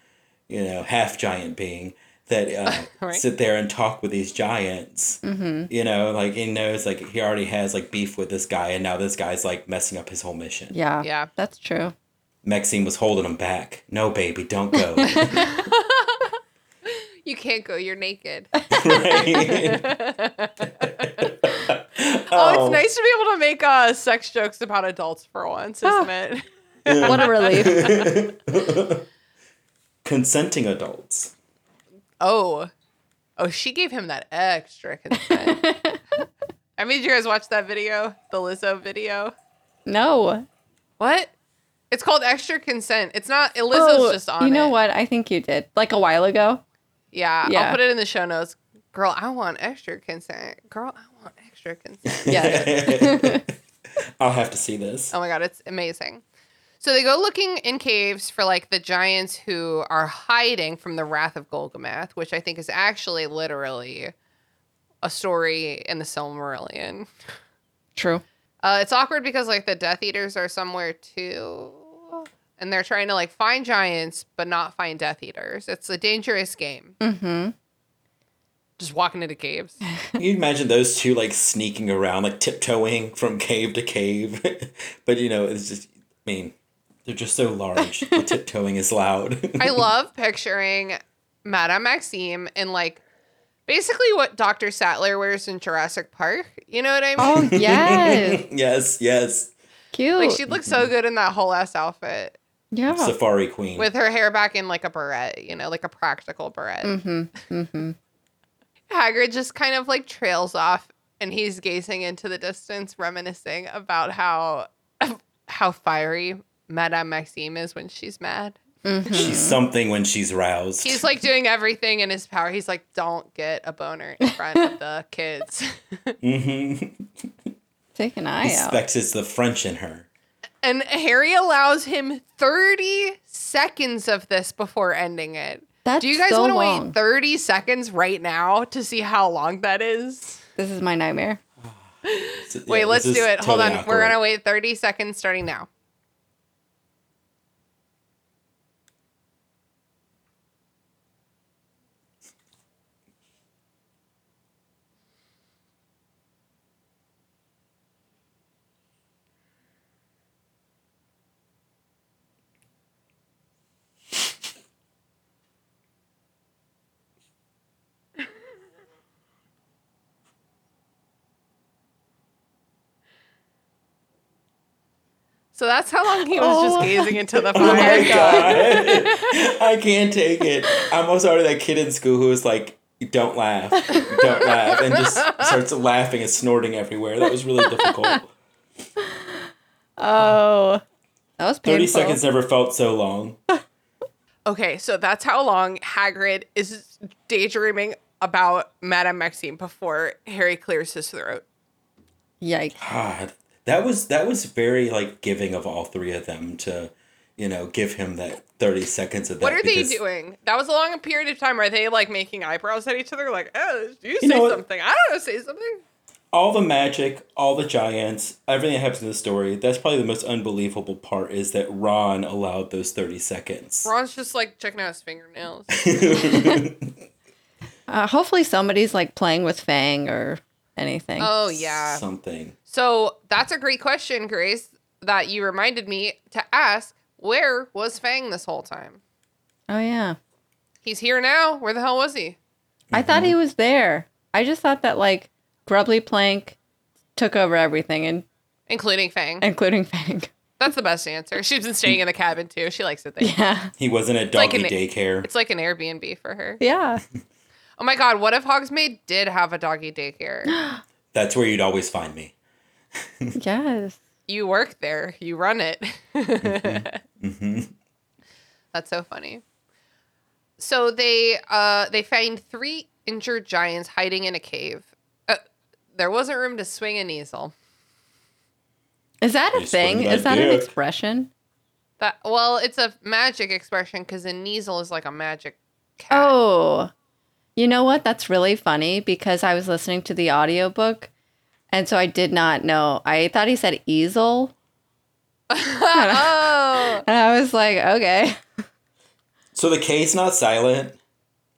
S6: you know, half giant being that uh,
S4: Right.
S6: sit there and talk with these giants.
S5: hmm
S6: You know, like he knows like he already has like beef with this guy, and now this guy's like messing up his whole mission.
S5: Yeah.
S4: Yeah.
S5: That's true.
S6: Maxine was holding him back. No, baby, don't go.
S4: You can't go. You're naked.
S6: Right? [laughs]
S4: Oh, it's nice to be able to make uh, sex jokes about adults for once,
S5: Ah.
S4: isn't it? [laughs]
S5: What a [laughs] relief.
S6: Consenting adults. [laughs]
S4: Oh. Oh, she gave him that extra consent.
S5: [laughs]
S4: I made you guys watch that video, the Lizzo video.
S5: No.
S4: What? It's called extra consent. It's not. Lizzo's
S5: Oh,
S4: just on.
S5: you know
S4: it.
S5: what? I think you did. Like a while [laughs] ago.
S4: Yeah, I'll
S5: Yeah.
S4: put it in the show notes. Girl, I want extra consent. Girl, I want extra consent.
S5: Yeah.
S6: I'll have to see this.
S4: oh my god, it's amazing. So they go looking in caves for like the giants who are hiding from the wrath of Golgamath, which I think is actually literally a story in the Silmarillion.
S5: True.
S4: Uh, it's awkward because like the Death Eaters are somewhere too, and they're trying to like find giants but not find Death Eaters. It's a dangerous game.
S5: Mm-hmm.
S4: Just walking into caves.
S6: Can you imagine those two like sneaking around, like tiptoeing from cave to cave? [laughs] but you know, it's just, I mean, they're just so large.
S4: [laughs]
S6: the tiptoeing is loud.
S4: I love picturing Madame Maxime in like basically what Dr. Sattler wears in Jurassic Park. You know what I mean?
S5: Oh
S6: [laughs]
S5: yes.
S6: yes, yes.
S5: [laughs] Cute.
S4: Like she'd look so good in that whole ass outfit
S5: yeah.
S6: Safari Queen.
S4: Oh. with her hair back in like a beret, you know, like a practical beret.
S5: mm-hmm. Mm-hmm.
S4: Hagrid just kind of like trails off and he's gazing into the distance, reminiscing about how [laughs] how fiery Madame Maxime is when she's mad.
S5: Mm-hmm.
S6: She's something when she's roused.
S4: He's like doing everything in his power. He's like, don't get a boner in front of the [laughs] kids.
S6: mm-hmm.
S5: Take an eye out.
S6: Suspects it's the French in her.
S4: And Harry allows him 30 seconds of this before ending it.
S5: That's
S4: Do you guys
S5: so
S4: want to
S5: long.
S4: wait 30 seconds right now to see how long that is?
S5: This is my nightmare.
S6: So, yeah,
S4: wait,
S6: this
S4: let's do
S6: is
S4: it. Hold
S6: totally
S4: on. We're
S6: awkward.
S4: going to wait 30 seconds starting now. So that's how long he was
S5: Oh.
S4: just gazing into the
S6: [laughs] Oh my
S4: fire.
S6: god. [laughs] I can't take it. I'm also already that kid in school who was like, don't laugh, don't laugh, and
S4: [laughs]
S6: just starts laughing and snorting everywhere. That was really difficult.
S5: Oh. That was
S6: 30
S5: painful.
S6: seconds never felt so long.
S4: okay, so that's how long Hagrid is daydreaming about Madame Maxime before Harry clears his throat.
S5: Yikes.
S6: God, that was that was very like giving of all three of them to, you know, give him that 30 seconds of that.
S4: What are they
S6: because-
S4: doing? That was a long period of time. Are they like making eyebrows at each other? Like, oh, you, say
S6: know what?
S4: something. I don't know, say something.
S6: all the magic, all the giants, everything that happens in the story, that's probably the most unbelievable part is that Ron allowed those 30 seconds.
S4: Ron's just like checking out his
S6: [laughs]
S4: fingernails.
S5: Uh, hopefully somebody's like playing with Fang or anything.
S4: Oh yeah.
S6: [laughs] Something.
S4: So that's a great question, Grace, that you reminded me to ask. Where was Fang this whole time?
S5: Oh yeah.
S4: He's here now. Where the hell was he?
S5: I thought he was there. I just thought that like Grubbly Plank took over everything and
S4: Including Fang.
S5: including [laughs] Fang.
S4: That's the best answer. [laughs] She's been staying in the cabin too. She likes it there.
S5: Yeah.
S6: He wasn't at
S4: like
S6: doggy
S4: an-
S6: daycare.
S4: It's like an Airbnb for her.
S5: Yeah.
S4: Oh my god, what if Hogsmeade did have a doggy
S6: [gasps]
S4: daycare?
S6: That's where you'd always find me.
S5: yes.
S4: you work there, you run it. [laughs]
S6: Mm-hmm.
S4: That's so funny. So they uh they find three injured giants hiding in a cave. Uh, there wasn't room to swing an easel.
S5: Is that a
S6: You swing
S5: thing?
S6: that
S5: Is that an
S6: dick.
S5: expression?
S4: That well, it's a magic expression because an easel is like a magic cat.
S5: Oh. You know what? That's really funny because I was listening to the audiobook and so I did not know. I thought he said easel.
S4: oh.
S5: And I was like, okay.
S6: So the K's not silent.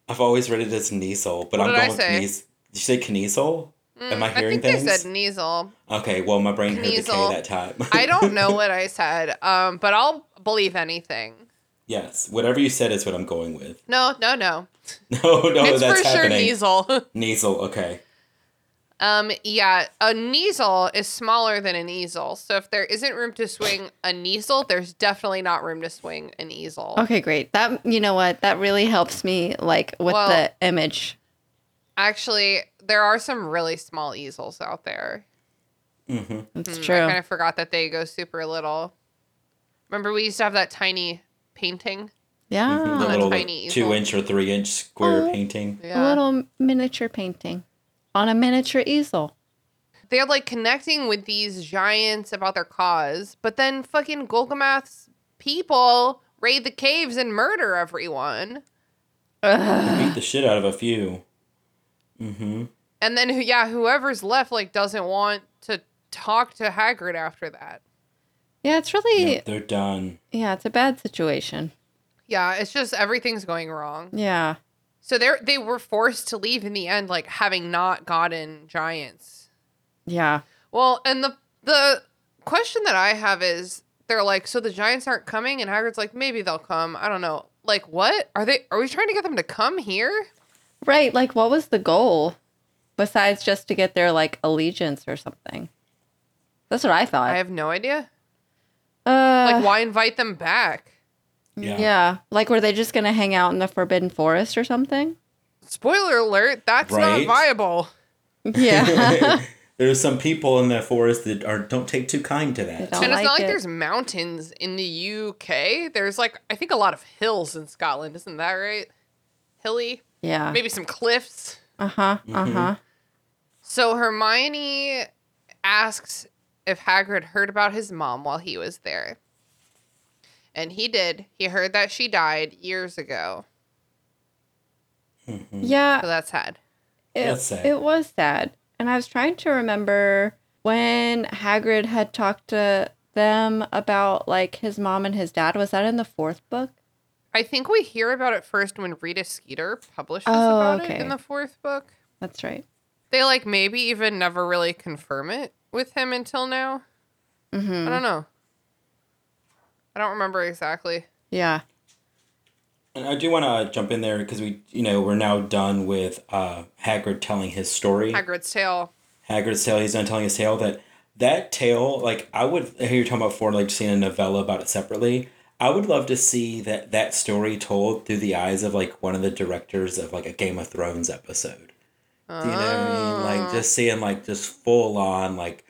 S6: I've always read it as Kniesel, but
S4: What did
S6: I'm
S4: I
S6: going with
S4: say? Mm,
S6: Knies. Did you say Kniesel? Am I
S4: I
S6: hearing
S4: think
S6: things?
S4: they said Neasel.
S6: okay, well, my brain heard the K
S4: Kniesel.
S6: that time. [laughs]
S4: I don't know what I said, um, but I'll believe anything.
S6: yes, whatever you said is what I'm going with. [laughs]
S4: No, no, no.
S6: No, no,
S4: it's
S6: Oh, that's
S4: for
S6: happening.
S4: sure [laughs] Neasel.
S6: Kniesel, okay.
S4: um, yeah, a Neasel is smaller than an easel. So if there isn't room to swing a Neasel, there's definitely not room to swing an easel.
S5: Okay, great. That you know what? That really helps me like with
S4: Well-
S5: the image.
S4: Actually, there are some really small easels out there.
S6: hmm
S5: It's
S4: Mm,
S5: true.
S4: I kind of forgot that they go super little. Remember, we used to have that tiny painting?
S5: yeah.
S4: a
S6: the little
S4: tiny easel.
S6: two inch or three inch square
S5: Oh.
S6: painting.
S5: A little miniature painting on a miniature easel.
S4: they're like connecting with these giants about their cause, but then fucking Golgamath's people raid the caves and murder everyone.
S6: Beat the shit out of a few. Mm-hmm.
S4: And then, who- yeah, whoever's left like doesn't want to talk to Hagrid after that.
S5: Yeah, it's really
S6: Yep, they're done.
S5: yeah, it's a bad situation.
S4: Yeah, it's just everything's going wrong.
S5: Yeah.
S4: So they they were forced to leave in the end, like having not gotten giants.
S5: Yeah.
S4: Well, and the the question that I have is they're like, so the giants aren't coming, and Hagrid's like, maybe they'll come. I don't know. Like, what are they? Are we trying to get them to come here?
S5: Right, like what was the goal besides just to get their like allegiance or something? That's what I thought.
S4: I have no idea.
S5: uh,
S4: Like, why invite them back?
S6: Yeah.
S5: Yeah, like were they just going to hang out in the forbidden forest or something?
S4: Spoiler alert, that's not
S6: Right.
S4: viable.
S5: Yeah.
S6: There's some people in that forest that are don't take too kind to that.
S5: don't.
S4: and it's not
S5: like
S4: like
S5: it.
S4: there's mountains in the UK. There's like, I think a lot of hills in Scotland. Isn't that right? Hilly?
S5: [laughs] yeah.
S4: Maybe some cliffs.
S5: Uh-huh. Uh-huh.
S4: So Hermione asks if Hagrid heard about his mom while he was there. And he did. He heard that she died years ago. So
S5: Yeah.
S4: that's had.
S5: It,
S6: That's sad.
S5: it was sad. And I was trying to remember when Hagrid had talked to them about like his mom and his dad. Was that in the fourth book?
S4: I think we hear about it first when Rita Skeeter publishes
S5: Oh,
S4: about
S5: okay.
S4: it in the fourth book.
S5: That's right.
S4: They like maybe even never really confirm it with him until now.
S5: Mhm.
S6: Mm-hmm.
S4: I don't know. I don't remember exactly.
S5: Yeah.
S6: And I do want to jump in there because we, you know, we're now done with uh, Hagrid telling his story.
S4: Hagrid's tale.
S6: Hagrid's tale. He's done telling his tale. That that tale, like I would I hear you talking about before, like seeing a novella about it separately. I would love to see that that story told through the eyes of like one of the directors of like a Game of Thrones episode. Do you know what I
S4: Ah.
S6: mean? Like just seeing like just full on like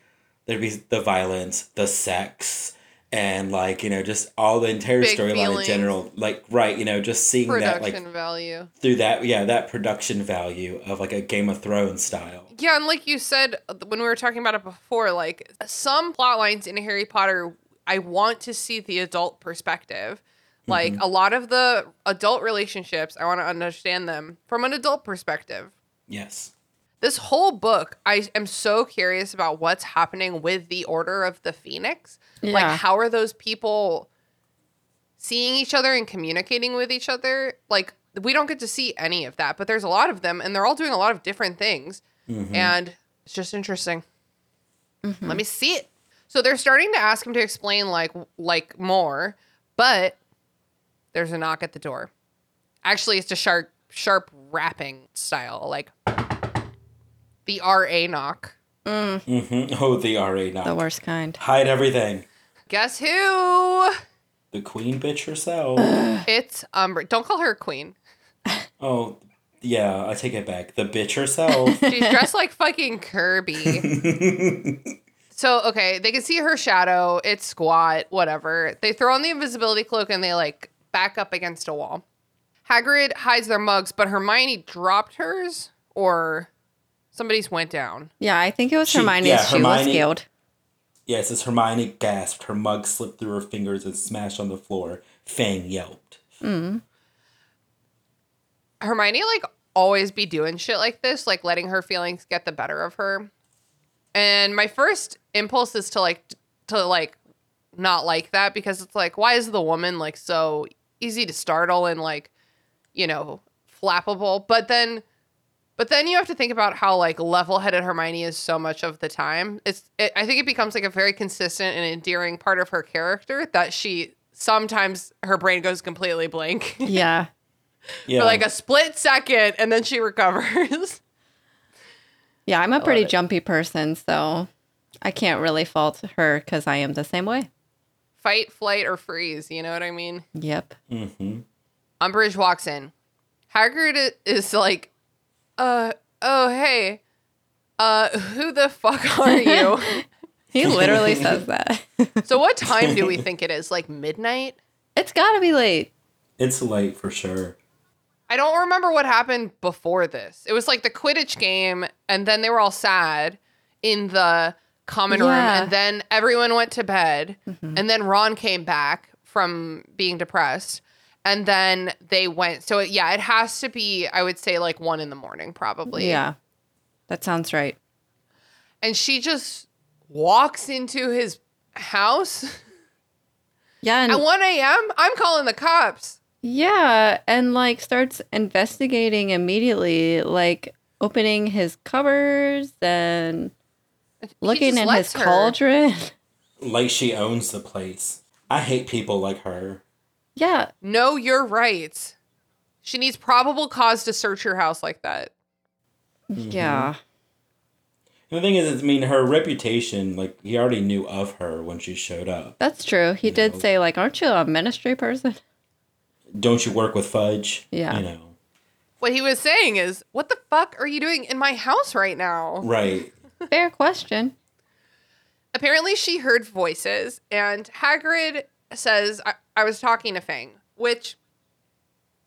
S6: there'd be the violence, the sex, and like you know just all the entire
S4: Big
S6: storyline in
S4: feelings.
S6: general. Like right, you know, just seeing that like
S4: Production value.
S6: through that yeah that production value of like a Game of Thrones style.
S4: Yeah, and like you said uh, when we were talking about it before, like some plot lines in Harry Potter, I want to see the adult perspective. Like
S6: Mm-hmm.
S4: a lot of the adult relationships, I want to understand them from an adult perspective.
S6: Yes.
S4: This whole book, I am so curious about what's happening with the Order of the Phoenix. Like,
S5: Yeah.
S4: how are those people seeing each other and communicating with each other? Like, we don't get to see any of that, but there's a lot of them, and they're all doing a lot of different things.
S6: Mhm.
S4: And It's just interesting. Let me see it. So they're starting to ask him to explain like like more, but there's a knock at the door. Actually, it's a sharp sharp rapping style, like the RA knock.
S6: Mm-hmm. Oh, the RA knock.
S5: The worst kind.
S6: Hide everything.
S4: Guess who?
S6: The queen bitch herself.
S5: [laughs]
S4: It's Umbra. Don't call her queen.
S6: oh, yeah, I take it back. The
S5: [laughs]
S6: bitch herself.
S4: She's dressed like fucking Kirby. so okay, they can see her shadow. It's squat, whatever. They throw on the invisibility cloak and they like back up against a wall. Hagrid hides their mugs, but Hermione dropped hers, or somebody's went down.
S5: Yeah, I think it was
S6: She-
S5: Hermione's.
S6: yeah,
S5: she was
S6: Hermione- [laughs]
S5: scaled.
S6: yes, as Hermione gasped, her mug slipped through her fingers and smashed on the floor. Fang yelped.
S4: Hermione like always be doing shit like this, like letting her feelings get the better of her. And my first impulse is to like to like not like that because it's like why is the woman like so easy to startle and like you know flappable? But then but then you have to think about how like level-headed Hermione is so much of the time. It's it, I think it becomes like a very consistent and endearing part of her character that she sometimes her brain goes completely blank [laughs]
S5: Yeah.
S6: Yeah.
S4: for like a split second and then she [laughs] recovers.
S5: Yeah, I'm a pretty
S6: it.
S5: jumpy person, so I can't really fault her because I am the same way.
S4: Fight, flight, or freeze. You know what I mean?
S5: Yep.
S6: mm-hmm.
S4: Umbridge walks in. Hagrid i- is like, uh, oh, hey, uh, who the fuck are you?
S6: [laughs]
S5: He literally says that. [laughs]
S4: so, what time do we think it is? Like midnight?
S5: It's got to be late.
S6: It's late for sure.
S4: I don't remember what happened before this. It was like the Quidditch game, and then they were all sad in the common room,
S5: Yeah. Mm-hmm.
S4: and then everyone went to bed, and then Ron came back from being depressed, and then they went. So it, yeah, it has to be. I would say like one in the morning probably.
S5: Yeah. That sounds right.
S4: and she just walks into his house
S5: Yeah. And
S4: at one a.m. I'm calling the cops.
S5: Yeah, and like starts investigating immediately, like opening his cupboards and
S4: He
S5: looking
S4: just
S5: in his
S4: lets her.
S5: cauldron. [laughs]
S6: Like she owns the place. I hate people like her.
S5: yeah,
S4: No, you're right. She needs probable cause to search your house like that.
S6: Mm-hmm.
S5: yeah,
S6: And the thing is, I mean, her reputation, like, he already knew of her when she showed up.
S5: that's true. He did say like, "Aren't you a ministry person?" [laughs]
S6: Don't you work with Fudge?
S5: Yeah.
S6: You know,
S4: What he was saying is, what the fuck are you doing in my house right now?
S6: right.
S5: Fair question.
S4: Apparently, she heard voices, and Hagrid says, I, I was talking to Fang, which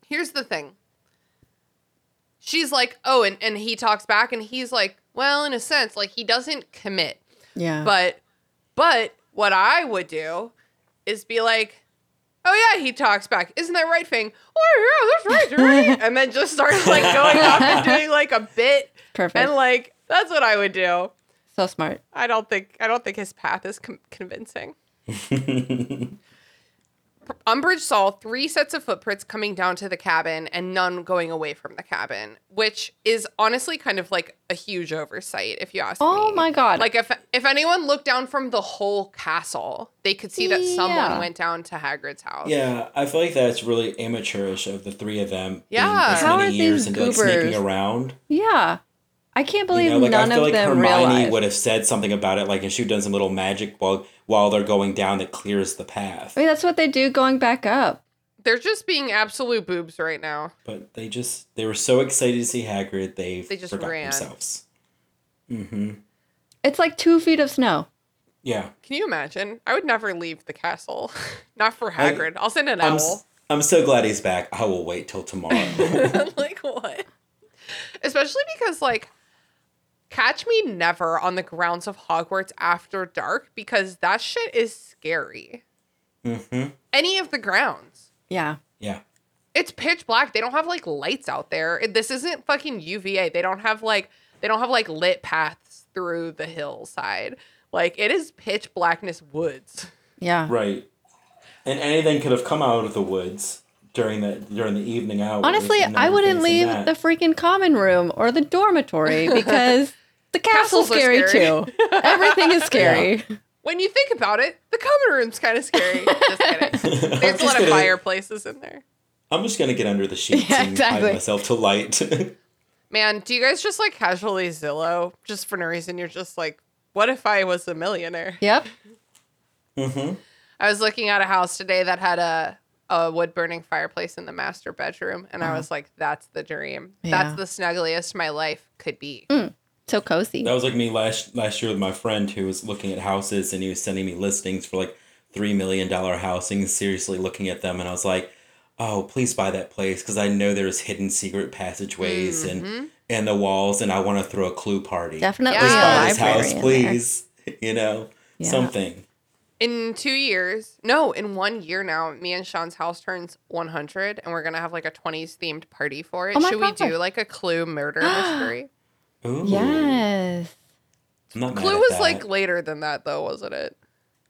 S4: here's the thing. She's like, oh, and, and he talks back, and he's like, well, in a sense, like he doesn't commit. [laughs]
S5: Yeah,
S4: But but what I would do is be like, Oh yeah, he talks back. Isn't that right, Fang? Oh yeah, that's right,
S5: [laughs]
S4: right. and then just starts like going off and doing like a bit
S5: perfect.
S4: and like that's what I would do.
S5: so smart.
S4: I don't think I don't think his path is com-
S5: [laughs]
S4: convincing. Umbridge saw three sets of footprints coming down to the cabin and none going away from the cabin, which is honestly kind of like a huge oversight if you ask me.
S5: Oh my god!
S4: Like if if anyone looked down from the whole castle, they could see that someone
S5: Yeah.
S4: went down to Hagrid's house.
S6: Yeah, I feel like that's really amateurish of the three of them.
S4: Yeah.
S6: being this
S5: How
S6: many
S5: are these
S6: years into like sneaking
S5: goobers?
S6: around.
S5: yeah, I can't
S6: You
S5: believe
S6: know, like
S5: none
S6: I feel
S5: of
S6: like
S5: them
S6: Hermione
S5: realized.
S6: would have said something about it, like and she'd done some little magic while while they're going down that clears the path.
S5: I mean, that's what they do going back up.
S4: They're just being absolute boobs right now.
S6: But they just they were so excited to see Hagrid, they,
S4: They just
S6: forgot
S4: ran.
S6: themselves. Mm-hmm.
S5: It's like two feet of snow.
S6: Yeah.
S4: Can you imagine? I would never leave the castle. [laughs] Not for
S6: I-
S4: Hagrid. I, will send an
S6: I'm,
S4: owl.
S6: s- I'm so glad he's back. I will wait
S5: [laughs]
S6: till tomorrow.
S4: [laughs] like what? Especially because like catch me never on the grounds of Hogwarts after dark because that shit is scary.
S6: hmm
S4: Any of the grounds.
S5: Yeah,
S6: Yeah.
S4: it's pitch black. They don't have like lights out there. It- This isn't fucking UVA. They don't have like they don't have like lit paths through the hillside. Like it is pitch blackness woods.
S5: yeah.
S6: Right. And anything could have come out of the woods during the during the evening hours.
S5: Honestly,
S6: and
S5: I
S6: they're
S5: wouldn't
S6: facing
S5: leave
S6: that. [laughs]
S5: the freaking common room or the dormitory because The castle's
S4: Castles are
S5: scary,
S4: scary.
S5: too. Everything is
S6: [laughs]
S5: scary.
S4: When you think about it, the common room's kind of scary. Just kidding.
S6: I'm
S4: There's
S6: just
S4: a lot of
S6: gonna-
S4: fireplaces in there.
S6: I'm just gonna
S5: [laughs]
S6: get under the sheets
S5: Yeah,
S6: and
S5: exactly.
S6: hide myself to light. [laughs]
S4: Man, do you guys just like casually Zillow just for no reason? You're just like, what if I was a millionaire?
S5: Yep.
S6: Mhm.
S4: I was looking at a house today that had a a wood burning fireplace in the master bedroom, and I was like, that's the dream.
S5: Uh-huh. Yeah. Mm.
S4: That's the snuggliest my life could be.
S5: So cozy.
S6: That was like me last last year with my friend who was looking at houses and he was sending me listings for like three million dollar housing. Seriously, looking at them and I was like, "Oh, please buy that place because I know there's hidden secret passageways and and the walls and I want to throw a clue party.
S5: Mm-hmm. Definitely
S4: Let's
S5: a
S4: buy
S6: Buy
S5: library.
S6: this house,
S5: in there.
S6: please. [laughs] You know,
S5: Yeah.
S6: something.
S4: In two years, no, in one year now, me and Sean's house turns 100, and we're gonna have like a 20s themed party for it.
S5: Oh my
S4: Should
S5: God.
S4: we do like a Clue
S5: [gasps]
S4: murder mystery?
S6: Ooh,
S5: Yes.
S6: I'm not mad
S4: Clue
S6: at
S4: was
S6: that.
S4: like later than that, though, wasn't it?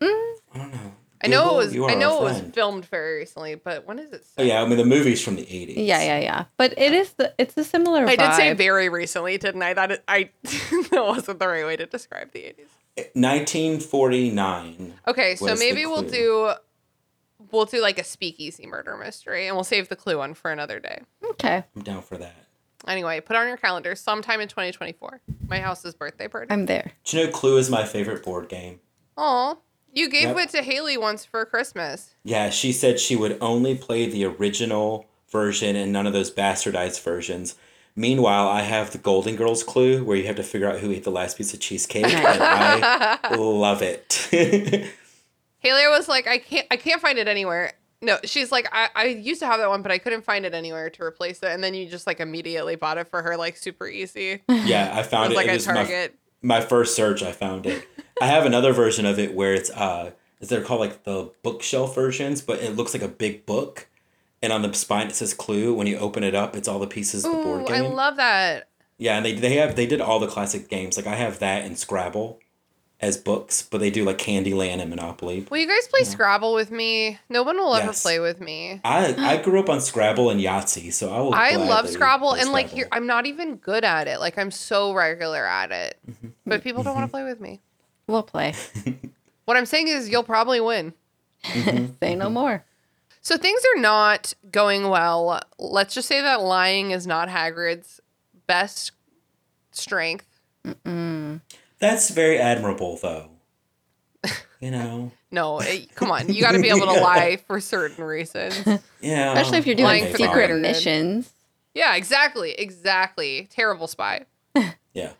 S5: Mm.
S6: I don't know.
S4: I know
S6: Google,
S4: it was.
S6: you are
S4: I
S6: our
S4: know it was
S6: friend.
S4: filmed very recently, but when is it?
S6: Oh, yeah, I mean the movie's from the eighties.
S5: Yeah, yeah, yeah. But it is the it's a similar
S4: I did say
S5: vibe.
S4: very recently, didn't I? That it, I [laughs] that wasn't the right way to describe the 80s.
S6: Nineteen forty nine.
S4: Okay, so
S6: was the
S4: maybe we'll
S6: clue.
S4: do we'll do like a speakeasy murder mystery, and we'll save the clue one for another day.
S5: Okay.
S6: I'm down for that.
S4: Anyway, put on your calendar sometime in 2024. My house's birthday party.
S5: I'm there.
S6: Do you know Clue is my favorite board game?
S4: Oh, you gave
S6: Yep.
S4: it to Haley once for Christmas.
S6: Yeah, she said she would only play the original version and none of those bastardized versions. Meanwhile, I have the Golden Girls clue where you have to figure out who ate the last piece of cheesecake, and
S4: [laughs]
S6: I love it. [laughs]
S4: Haley was like, I can't, I can't find it anywhere. No, she's like, I, I used to have that one, but I couldn't find it anywhere to replace it. And then you just like immediately bought it for her, like super easy. It
S6: yeah, I found
S4: was
S6: it.
S4: like
S6: It
S4: a
S6: was my-
S4: Target.
S6: my first search i found it i have another version of it where it's uh is they're called like the bookshelf versions but it looks like a big book and on the spine it says clue when you open it up it's all the pieces of the
S4: Ooh,
S6: board
S4: I
S6: game
S4: love that.
S6: yeah and they, they have they did all the classic games like i have that and scrabble as books but they do like candyland and monopoly
S4: Will you guys play Scrabble with me? No one will ever
S6: Yes.
S4: play with me.
S6: i
S4: [gasps]
S6: i grew up on scrabble and yahtzee so i will
S4: I love
S6: gladly
S4: Scrabble,
S6: play
S4: and like
S6: Scrabble.
S4: here, I'm not even good at it. Like I'm so regular at it,
S6: Mm-hmm.
S4: but people don't want to play with me.
S5: We'll play.
S4: What I'm saying is, you'll probably win.
S5: Say
S6: [laughs]
S5: no more.
S4: So things are not going well. Let's just say that lying is not Hagrid's best strength.
S6: that's very admirable
S4: [laughs]
S6: though you know
S4: No, it, come on, you got to be
S6: [laughs]
S4: able to lie for certain reasons.
S6: yeah
S5: Especially if you're
S4: Lying
S5: doing
S4: for the
S5: secret
S4: greater good.
S5: missions.
S4: Yeah, exactly, exactly. Terrible spy.
S6: yeah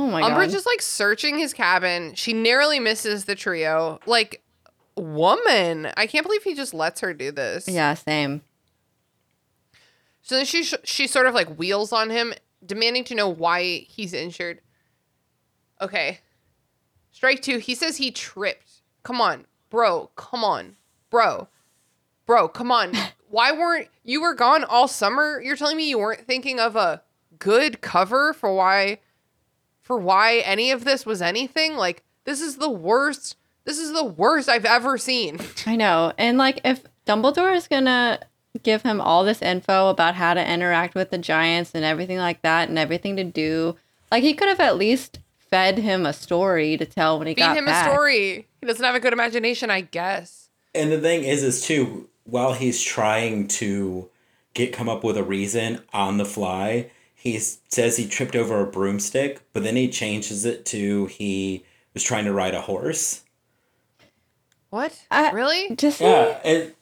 S5: Oh my
S4: Umbridge
S5: god.
S4: is like searching his cabin. She narrowly misses the trio. Like, woman, I can't believe he just lets her do this.
S5: yeah, same.
S4: So then she sh- she sort of like wheels on him, demanding to know why he's injured. Okay. Strike two. He says he tripped. Come on, bro. Come on, bro. Bro, come
S5: [laughs]
S4: on. Why weren't you were gone all summer? You're telling me you weren't thinking of a good cover for why for why any of this was anything? Like this is the worst. This is the worst I've ever
S5: [laughs]
S4: seen.
S5: I know. And like if Dumbledore is gonna give him all this info about how to interact with the giants and everything like that and everything to do, like he could have at least fed him a story to tell when he
S4: Feed
S5: got
S4: him
S5: back.
S4: a story. He doesn't have a good imagination, I guess.
S6: And the thing is, is too while he's trying to get come up with a reason on the fly, he s- says he tripped over a broomstick, but then he changes it to he was trying to ride a horse.
S4: What?
S5: I-
S4: really?
S5: Just
S6: Yeah, it,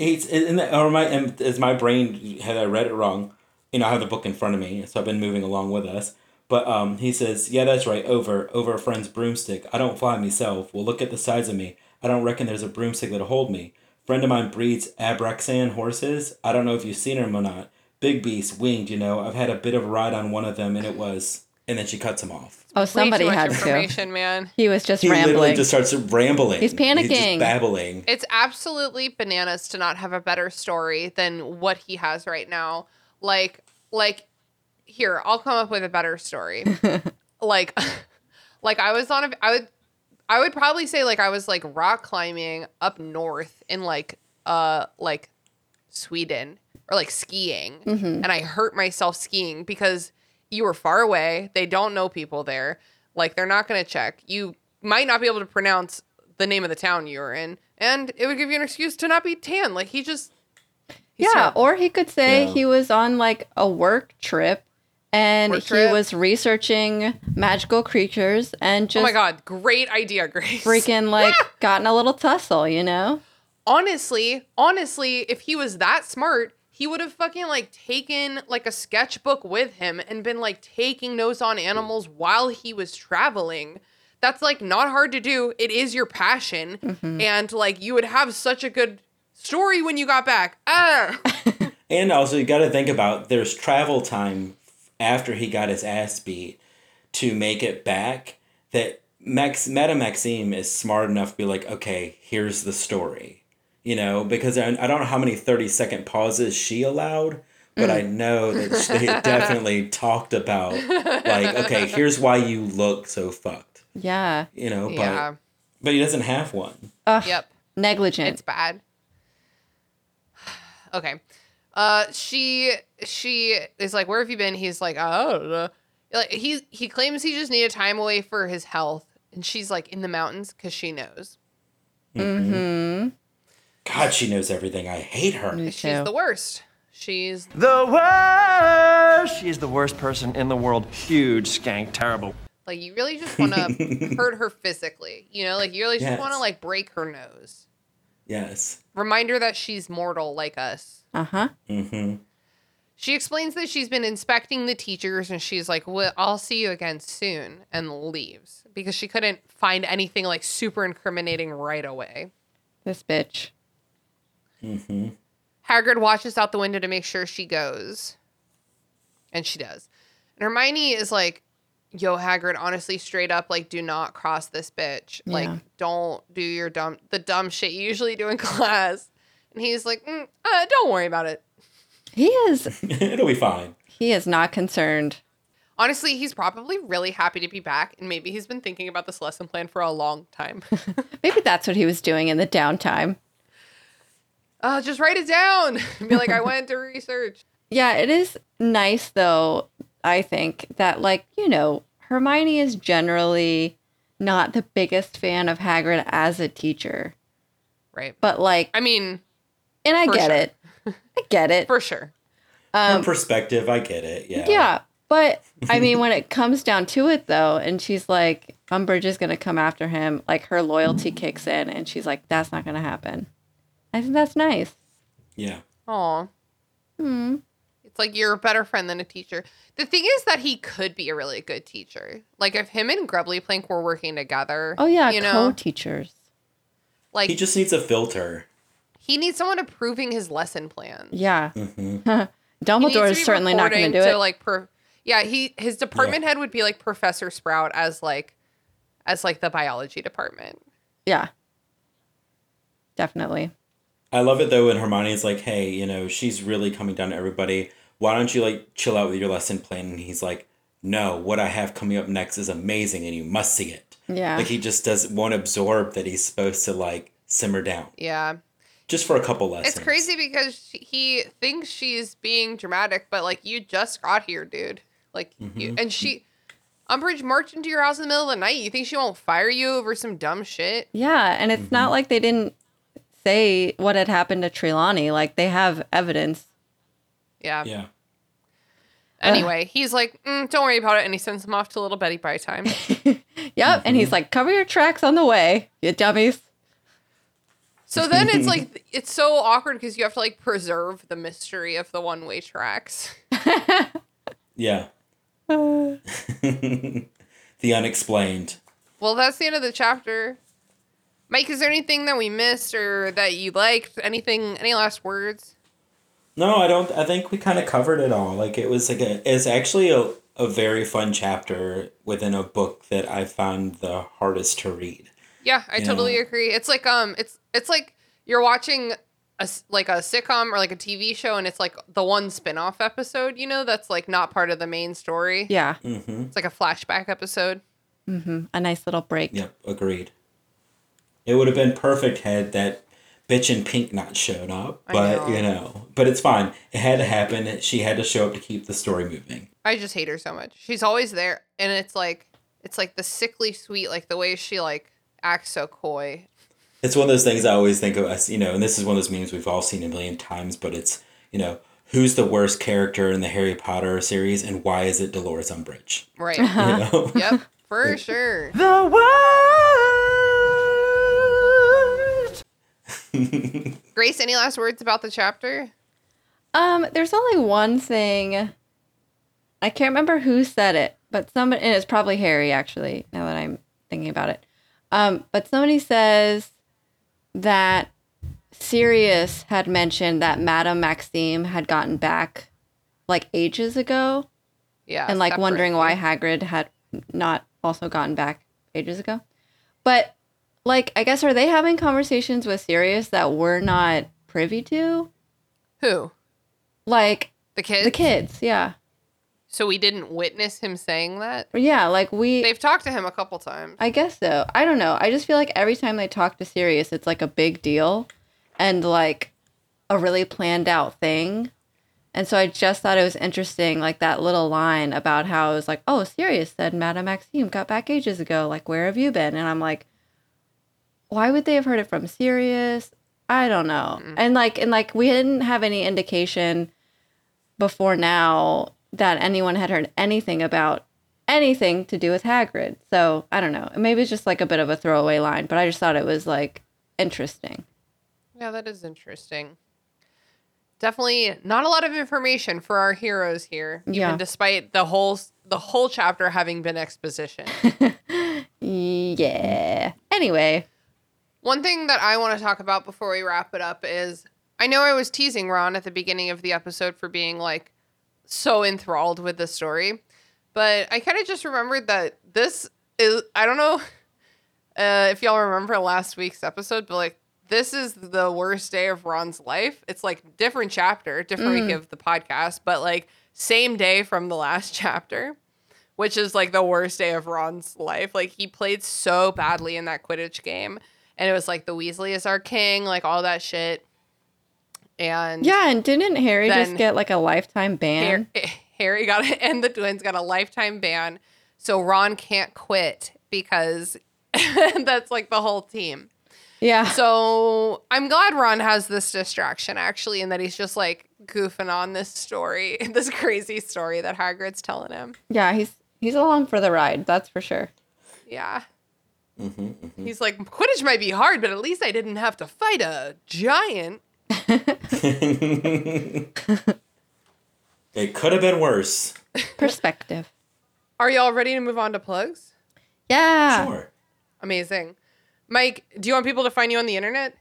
S6: it's in the, or my and is my brain had I read it wrong? You know, I have the book in front of me, so I've been moving along with us. But um, he says, "Yeah, that's right. Over, over a friend's broomstick. I don't fly myself. Well, look at the size of me. I don't reckon there's a broomstick that'll hold me. Friend of mine breeds Abraxan horses. I don't know if you've seen them or not. Big beast, winged. You know, I've had a bit of a ride on one of them, and it was. And then she cuts him off.
S5: oh somebody
S4: Way too
S5: had
S4: much
S5: to.
S4: information, man.
S5: He was just
S6: He literally
S5: rambling.
S6: just starts rambling.
S5: He's panicking.
S6: just babbling.
S4: It's absolutely bananas to not have a better story than what he has right now. Like, like, here I'll come up with a better
S5: [laughs]
S4: story. like, like I was on a, I would, I would probably say like I was like rock climbing up north in like, uh, like
S5: Mm-hmm.
S4: Sweden or like skiing, and I hurt myself skiing because You were far away. They don't know people there. Like they're not going to check. You might not be able to pronounce the name of the town you were in, and it would give you an excuse to not be tan. Like he just he's
S5: yeah,
S4: terrible.
S5: or he could say
S6: Yeah.
S5: he was on like a work trip and
S4: Work
S5: he
S4: trip.
S5: was researching magical creatures and just
S4: oh my god, great idea, Grace. [laughs]
S5: freaking like got in a little tussle, you know?
S4: honestly, honestly, if he was that smart, he would have fucking like taken like a sketchbook with him and been like taking notes on animals while he was traveling. That's like not hard to do. It is your passion. And like you would have such a good story when you got back. Ah.
S6: And also, you got to think about there's travel time after he got his ass beat to make it back. That Max Meta Maxime is smart enough to be like, okay, here's the story, you know, because I, I don't know how many thirty second pauses she allowed, but I know that she- they definitely talked about like, okay, here's why you look so fucked,
S5: Yeah.
S6: you know, but
S4: yeah.
S6: but he doesn't have one.
S5: Ugh,
S4: Yep.
S5: Negligent.
S4: It's bad. [sighs] Okay. Uh she she is like, Where have you been? He's like, I don't know. Like he he claims he just needed time away for his health. And she's like in the mountains because she knows.
S5: Mm-hmm.
S6: God, she knows everything. I hate her.
S5: Me
S4: She's
S5: too.
S4: the worst. She's
S3: The worst! She's the worst person in the world. Huge skank, terrible.
S4: like you really just wanna hurt her physically. You know, like you really just
S6: Yes.
S4: wanna like break her nose.
S6: Yes. [laughs]
S4: Remind her that she's mortal like us.
S5: Uh-huh.
S6: Mm-hmm.
S4: She explains that she's been inspecting the teachers and she's like, well, I'll see you again soon, and leaves because she couldn't find anything like super incriminating right away.
S5: This bitch.
S6: Mm-hmm.
S4: Hagrid watches out the window to make sure she goes, and she does. And Hermione is like, Yo, Hagrid, honestly, straight up, like, do not cross this bitch.
S5: Yeah.
S4: Like, don't do your dumb, the dumb shit you usually do in [laughs] class. And he's like, "Mm, uh, Don't worry about it.
S5: He is
S6: It'll be fine.
S5: he is not concerned.
S4: Honestly, he's probably really happy to be back, and maybe he's been thinking about this lesson plan for a long
S5: [laughs]
S4: time. [laughs]
S5: Maybe that's what he was doing in the downtime.
S4: uh, just write it
S5: [laughs]
S4: down. Be like, I went to research.
S5: Yeah, it is nice though, I think, that like, you know, Hermione is generally not the biggest fan of Hagrid as a teacher.
S4: Right.
S5: But like
S4: I mean,
S5: and I
S4: for
S5: get
S4: sure.
S5: it. I get it.
S4: for sure.
S6: From
S5: Um
S6: perspective, I get it. Yeah.
S5: [laughs] Yeah, but I mean, when it comes down to it, though, and she's like, Umbridge is going to come after him, like her loyalty kicks in, and she's like, that's not going to happen. I think that's nice.
S6: Yeah.
S4: Aw.
S5: Hmm.
S4: It's like you're a better friend than a teacher. The thing is that he could be a really good teacher. Like, if him and Grubbly Plink were working together.
S5: Oh, yeah,
S4: You know,
S5: co teachers.
S4: like,
S6: He just needs a filter.
S4: he needs someone approving his lesson plan.
S5: Yeah.
S6: hmm
S4: He needs
S5: [laughs] Dumbledore
S4: to
S5: is
S4: be
S5: certainly not going
S4: reporting
S5: to do it.
S4: Like, per- yeah, he his department head would be like Professor Sprout as like, as like the biology department.
S5: yeah. Definitely.
S6: I love it though when Hermione's like, hey, you know, she's really coming down to everybody. Why don't you like chill out with your lesson plan? And he's like, no, what I have coming up next is amazing and you must see it.
S5: Yeah.
S6: Like he just does won't absorb that he's supposed to like simmer down
S4: Yeah.
S6: just for a couple lessons.
S4: It's crazy because she- he thinks she's being dramatic, but like you just got here, dude. Like, you, and she, Umbridge marched into your house in the middle of the night. You think she won't fire you over some dumb shit?
S5: yeah. And it's not like they didn't say what had happened to Trelawney. Like, they have evidence.
S4: Yeah.
S6: Yeah.
S4: Anyway, he's like, mm, don't worry about it, and he sends him off to little Betty by time.
S5: Yep. And he's like, cover your tracks on the way, you dummies.
S4: so then it's like it's so awkward because you have to like preserve the mystery of the one way tracks.
S6: Yeah. [laughs] the unexplained.
S4: Well, that's the end of the chapter. Mike, is there anything that we missed or that you liked? Anything? Any last words?
S6: No, I don't. I think we kind of covered it all. Like it was like a, it's actually a, a very fun chapter within a book that I found the hardest to read.
S4: Yeah, I
S6: Yeah.
S4: totally agree. It's like um, it's it's like you're watching a s- like a sitcom or like a TV show, and it's like the one spin-off episode, you know, that's like not part of the main story.
S5: Yeah.
S6: Mm-hmm.
S4: It's like a flashback episode.
S5: hmm A nice little break.
S6: Yep, agreed. It would have been perfect had that bitch in pink not showed up,
S4: I
S6: but
S4: know.
S6: you know, but it's fine. It had to happen. She had to show up to keep the story moving.
S4: I just hate her so much. She's always there, and it's like it's like the sickly sweet, like the way she like acts so coy.
S6: It's one of those things I always think of us, you know, and this is one of those memes we've all seen a million times, but it's, you know, who's the worst character in the Harry Potter series and why is it Dolores Umbridge?
S4: Right.
S6: [laughs] You know?
S4: yep. For sure.
S3: The world.
S4: Grace, any last words about the chapter?
S5: Um, there's only one thing. I can't remember who said it, but somebody, and it's probably Harry actually, now that I'm thinking about it. Um, but somebody says that Sirius had mentioned that Madame Maxime had gotten back like ages ago
S4: Yeah.
S5: and like
S4: separate.
S5: wondering why Hagrid had not also gotten back ages ago. But like, I guess, are they having conversations with Sirius that we're not privy to?
S4: who
S5: Like,
S4: the kids.
S5: the kids, yeah.
S4: So we didn't witness him saying that.
S5: Yeah, like we.
S4: They've talked to him a couple times.
S5: I guess so. I don't know. I just feel like every time they talk to Sirius, it's like a big deal and like a really planned out thing. And so I just thought it was interesting, like that little line about how it was like, oh, Sirius said Madame Maxime got back ages ago. Like, where have you been? And I'm like, why would they have heard it from Sirius? I don't know. And like, and like, we didn't have any indication before now that anyone had heard anything about anything to do with Hagrid. So I don't know. Maybe it's just like a bit of a throwaway line, but I just thought it was like interesting.
S4: Yeah, that is interesting. Definitely not a lot of information for our heroes here. Even
S5: Yeah.
S4: despite the whole the whole chapter having been
S5: [laughs]
S4: exposition.
S5: Yeah. Anyway,
S4: One thing that I want to talk about before we wrap it up is I know I was teasing Ron at the beginning of the episode for being like so enthralled with the story, but I kind of just remembered that this is, I don't know [laughs] uh, if y'all remember last week's episode, but like this is the worst day of Ron's life. It's like different chapter, different week of the podcast, but like same day from the last [laughs] chapter which is like the worst day of Ron's life. Like he played so badly in that Quidditch game, and it was like the Weasley is our king, like all that shit. And
S5: yeah, and didn't Harry
S4: Then-
S5: just get like a lifetime ban?
S4: Har- [laughs] Harry got and the twins got a lifetime ban, so Ron can't quit because [laughs] that's like the whole team.
S5: yeah.
S4: So I'm glad Ron has this distraction actually, and that he's just like goofing on this story, [laughs] this crazy story that Hagrid's telling him.
S5: yeah, he's he's along for the ride, that's for sure.
S4: Yeah. He's like, Quidditch might be hard, but at least I didn't have to fight a giant.
S6: [laughs] It could have been worse.
S5: Perspective.
S4: Are y'all ready to move on to plugs?
S5: Yeah.
S6: Sure.
S4: Amazing. Mike, do you want people to find you on the internet?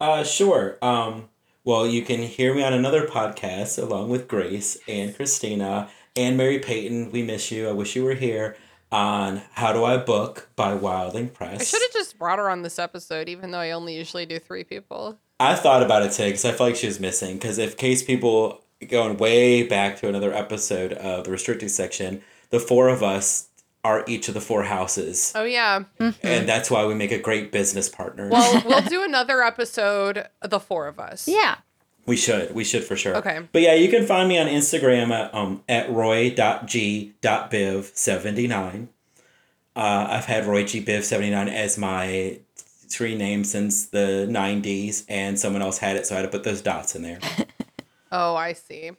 S6: Uh, sure. Um, well, you can hear me on another podcast along with Grace and Christina and Mary Payton. We miss you. I wish you were here on How Do I Book by Wilding Press.
S4: I should have just brought her on this episode, even though I only usually do three people.
S6: I thought about it today because I feel like she was missing. Because if case people going way back to another episode of the restricted section, the four of us are each of the four houses,
S4: Oh, yeah.
S6: and that's why we make a great business partner.
S4: [laughs] Well, we'll do another episode, the four of us.
S5: Yeah.
S6: we should, we should for sure.
S4: Okay.
S6: But yeah, you can find me on Instagram at um at roy.g.biv79. Uh, I've had Roy G Biv 79 as my three names since the 90s, and someone else had it, so I had to put those dots in there.
S4: Oh, I see.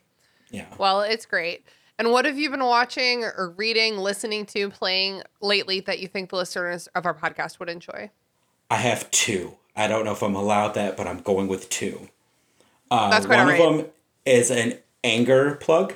S6: Yeah.
S4: Well, it's great. And what have you been watching or reading, listening to, playing lately that you think the listeners of our podcast would enjoy?
S6: I have two. I don't know if I'm allowed that, but I'm going with two. Uh,
S4: That's quite
S6: one
S4: alright.
S6: of them is an anger plug.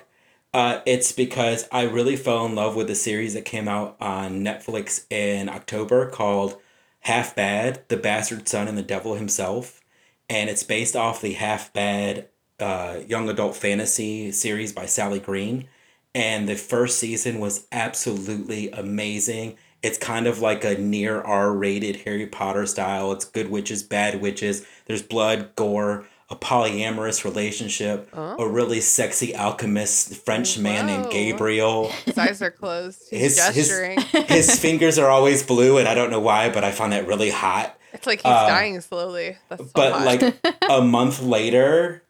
S6: Uh, it's because I really fell in love with the series that came out on Netflix in October called Half Bad: The Bastard Son and the Devil Himself, and it's based off the Half Bad uh, young adult fantasy series by Sally Green. And the first season was absolutely amazing. It's kind of like a near R rated Harry Potter style. It's good witches, bad witches. There's blood, gore, a polyamorous relationship, a really sexy alchemist French man named
S4: Oh. Whoa.
S6: Gabriel.
S4: His eyes are closed. He's
S6: His- his-
S4: gesturing. [laughs]
S6: His fingers are always blue, and I don't know why, but I find that really hot.
S4: it's like he's
S6: uh,
S4: dying slowly. That's so
S6: But
S4: hot. [laughs]
S6: like a month later,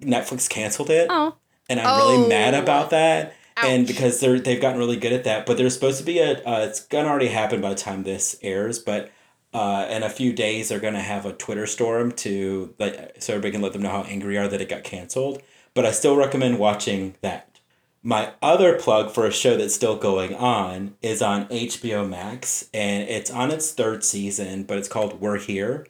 S6: Netflix canceled it.
S5: Oh,
S6: and I'm really mad
S4: Oh.
S6: about that. And
S4: Ouch.
S6: because they're they've gotten really good at that, but there's supposed to be a uh, it's gonna already happen by the time this airs, but uh, in a few days they're gonna have a Twitter storm to like so everybody can let them know how angry are that it got canceled. But I still recommend watching that. My other plug for a show that's still going on is on HBO Max, and it's on its third season, but it's called We're Here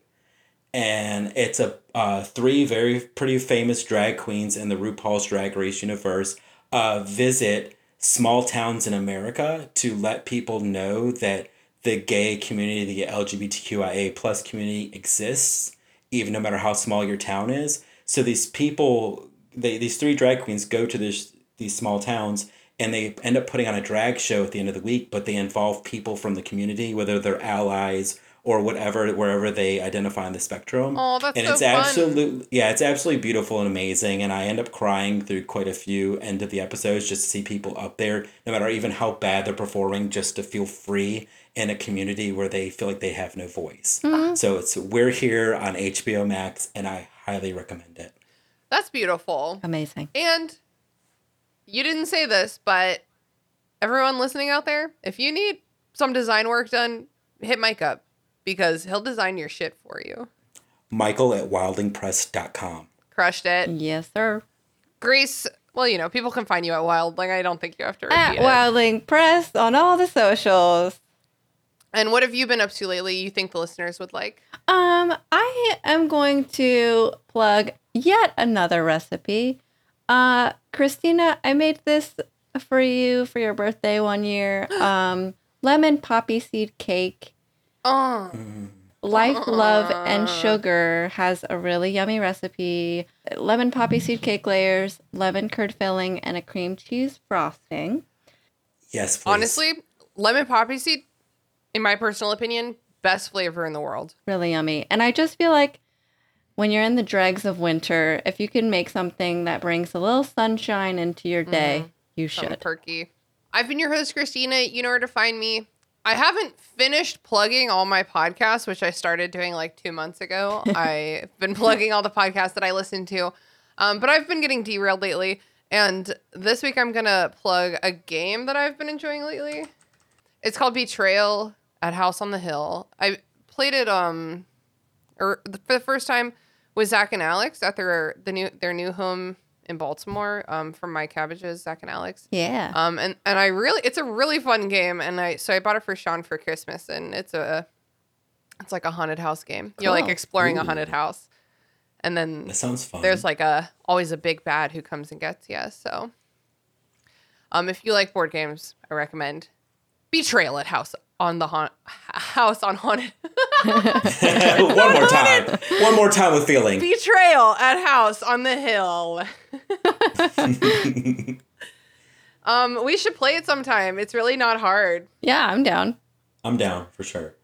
S6: and it's a uh, three very pretty famous drag queens in the RuPaul's Drag Race universe uh, visit small towns in America to let people know that the gay community, the LGBTQIA plus community exists, even no matter how small your town is. So these people, they these three drag queens go to this these small towns and they end up putting on a drag show at the end of the week, but they involve people from the community, whether they're allies or whatever, wherever they identify on the spectrum.
S4: Aw, that's
S6: and
S4: so
S6: it's
S4: fun.
S6: absolutely yeah, it's absolutely beautiful and amazing. And I end up crying through quite a few end of the episodes just to see people up there, no matter even how bad they're performing, just to feel free in a community where they feel like they have no voice. So it's we're here on HBO Max, and I highly recommend it.
S4: That's beautiful.
S5: amazing.
S4: And you didn't say this, but everyone listening out there, if you need some design work done, hit Mike up because he'll design your shit for you.
S6: Michael at wildingpress.com.
S4: Crushed it.
S5: Yes, sir.
S4: Grace, well, you know, people can find you at Wildling. I don't think you have to
S5: At
S4: repeat it.
S5: Wildling Press on all the socials.
S4: And what have you been up to lately you think the listeners would like?
S5: Um, I am going to plug yet another recipe. Uh, Christina, I made this for you for your birthday one year. Um, lemon poppy seed cake.
S4: Oh,
S5: Life, love, and sugar has a really yummy recipe. Lemon poppy seed cake layers, lemon curd filling, and a cream cheese frosting.
S6: Yes, please.
S4: honestly, lemon poppy seed, in my personal opinion, best flavor in the world.
S5: really yummy. And I just feel like when you're in the dregs of winter, if you can make something that brings a little sunshine into your day, you
S4: Something
S5: should.
S4: perky. I've been your host, Christina. You know where to find me. I haven't finished plugging all my podcasts, which I started doing like two months ago. I've been plugging all the podcasts that I listen to, um, but I've been getting derailed lately. And this week I'm going to plug a game that I've been enjoying lately. It's called Betrayal at House on the Hill. I played it um or the, for the first time with Zach and Alex at their the new their new home in Baltimore um, from My Cabbages, Zach and Alex.
S5: Yeah.
S4: Um, and and I really, it's a really fun game, and I so I bought it for Sean for Christmas, and it's a, it's like a haunted house game. You're like
S5: Cool.
S4: exploring a
S6: Ooh.
S4: haunted house, and then
S6: that sounds fun.
S4: there's
S6: [laughs]
S4: like a always a big bad who comes and gets you. So, um, if you like board games, I recommend Betrayal at House on the haunt House on Haunted [laughs]
S6: one more time. One more time with feeling.
S4: Betrayal at House on the
S6: [laughs]
S4: Hill. [laughs] um, we should play it sometime. It's really not hard.
S5: yeah, I'm down.
S6: I'm down for sure.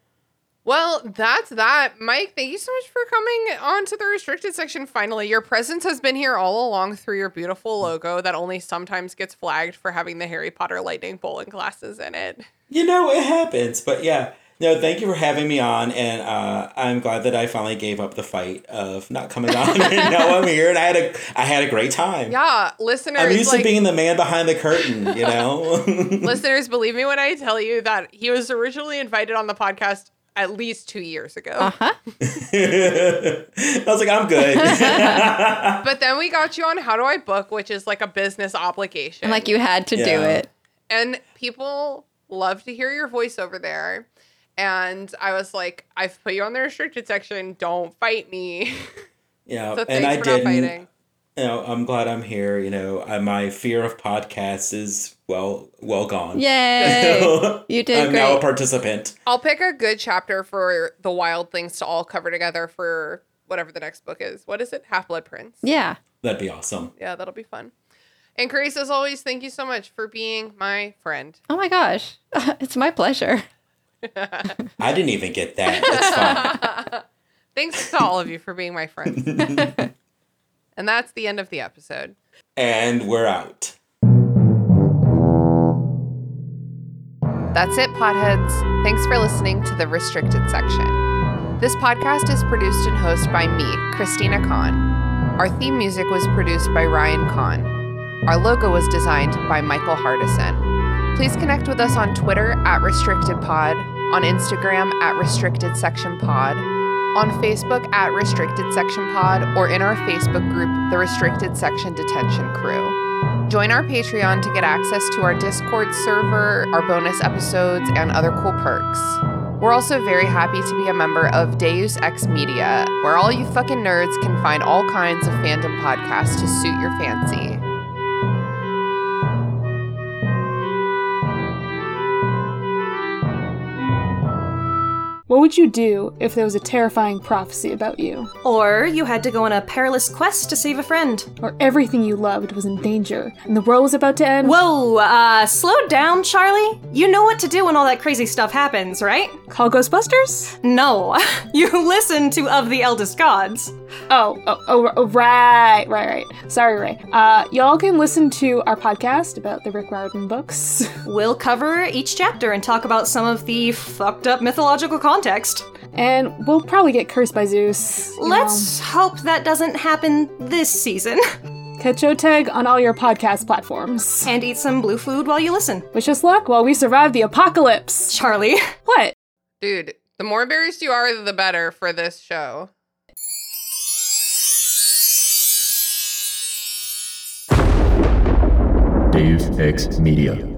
S4: Well, that's that. Mike, thank you so much for coming on to the restricted section finally. Your presence has been here all along through your
S6: Mm.
S4: beautiful logo that only sometimes gets flagged for having the Harry Potter lightning bowling glasses in
S6: [laughs]
S4: it.
S6: You know, it happens. But yeah, no, thank you for having me on. And uh, I'm glad that I finally gave up the fight of not coming on.
S4: [laughs]
S6: and now I'm here and I had a, I had a great time.
S4: Yeah, listeners
S6: I'm used
S4: like
S6: to being the man behind the curtain, you know? [laughs]
S4: listeners, believe me when I tell you that he was originally invited on the podcast at least 2 years ago.
S6: Uh-huh. I was like,
S4: [laughs]
S6: I'm good.
S4: But then we got you on How Do I Book, which is like a business obligation.
S5: And like you had to do
S6: Yeah.
S5: it.
S4: and people love to hear your voice over there. And I was like, I've put you on the restricted section. Don't fight me.
S6: [laughs]
S4: [laughs]
S6: yeah.
S4: so
S6: and
S4: thanks
S6: I
S4: for
S6: didn't.
S4: not fighting.
S6: You know, I'm glad I'm here. You know, I, my fear of podcasts is well, well gone. [laughs]
S5: Yay. you did
S6: I'm
S5: great.
S6: now a participant.
S4: I'll pick a good chapter for the wild things to all cover together for whatever the next book is. What is it? Half Blood Prince.
S5: yeah.
S6: That'd be awesome.
S4: Yeah, that'll be fun. And Grace, as always, thank you so much for being my friend.
S5: Oh my gosh. [laughs] it's my pleasure.
S4: [laughs]
S6: I didn't even get that. It's fine.
S4: Thanks to all of you for being my friends.
S6: [laughs]
S4: [laughs] and that's the end of the episode.
S6: And we're out.
S4: That's it, potheads. Thanks for listening to the restricted section. This podcast is produced and hosted by me, Christina Kahn. Our theme music was produced by Ryan Kahn. Our logo was designed by Michael Hardison. Please connect with us on Twitter at Restricted Pod, on Instagram at Restricted Section Pod, on Facebook at Restricted Section Pod, or in our Facebook group, The Restricted Section Detention Crew. Join our Patreon to get access to our Discord server, our bonus episodes, and other cool perks. We're also very happy to be a member of Deus Ex Media, where all you fucking nerds can find all kinds of fandom podcasts to suit your fancy.
S8: What would you do if there was a terrifying prophecy about you?
S9: Or you had to go on a perilous quest to save a friend.
S8: Or everything you loved was in danger and the world was about to end?
S9: Whoa, uh, slow down, Charlie. You know what to do when all that crazy stuff happens, right?
S8: Call Ghostbusters?
S9: No. [laughs] you listen to Of the Eldest Gods.
S8: Oh, oh, oh, oh, right, right, right. Sorry, Ray. Uh, y'all can listen to our podcast about the Rick Riordan books. [laughs]
S9: We'll cover each chapter and talk about some of the fucked up mythological context.
S8: And we'll probably get cursed by Zeus. you
S9: Let's hope that doesn't happen this season. [laughs]
S8: know. Catch Oteg on all your podcast platforms.
S9: and eat some blue food while you listen.
S8: Wish us luck while we survive the apocalypse.
S9: Charlie.
S8: What?
S4: Dude, the more embarrassed you are, the better for this show.
S10: Deus Ex Media.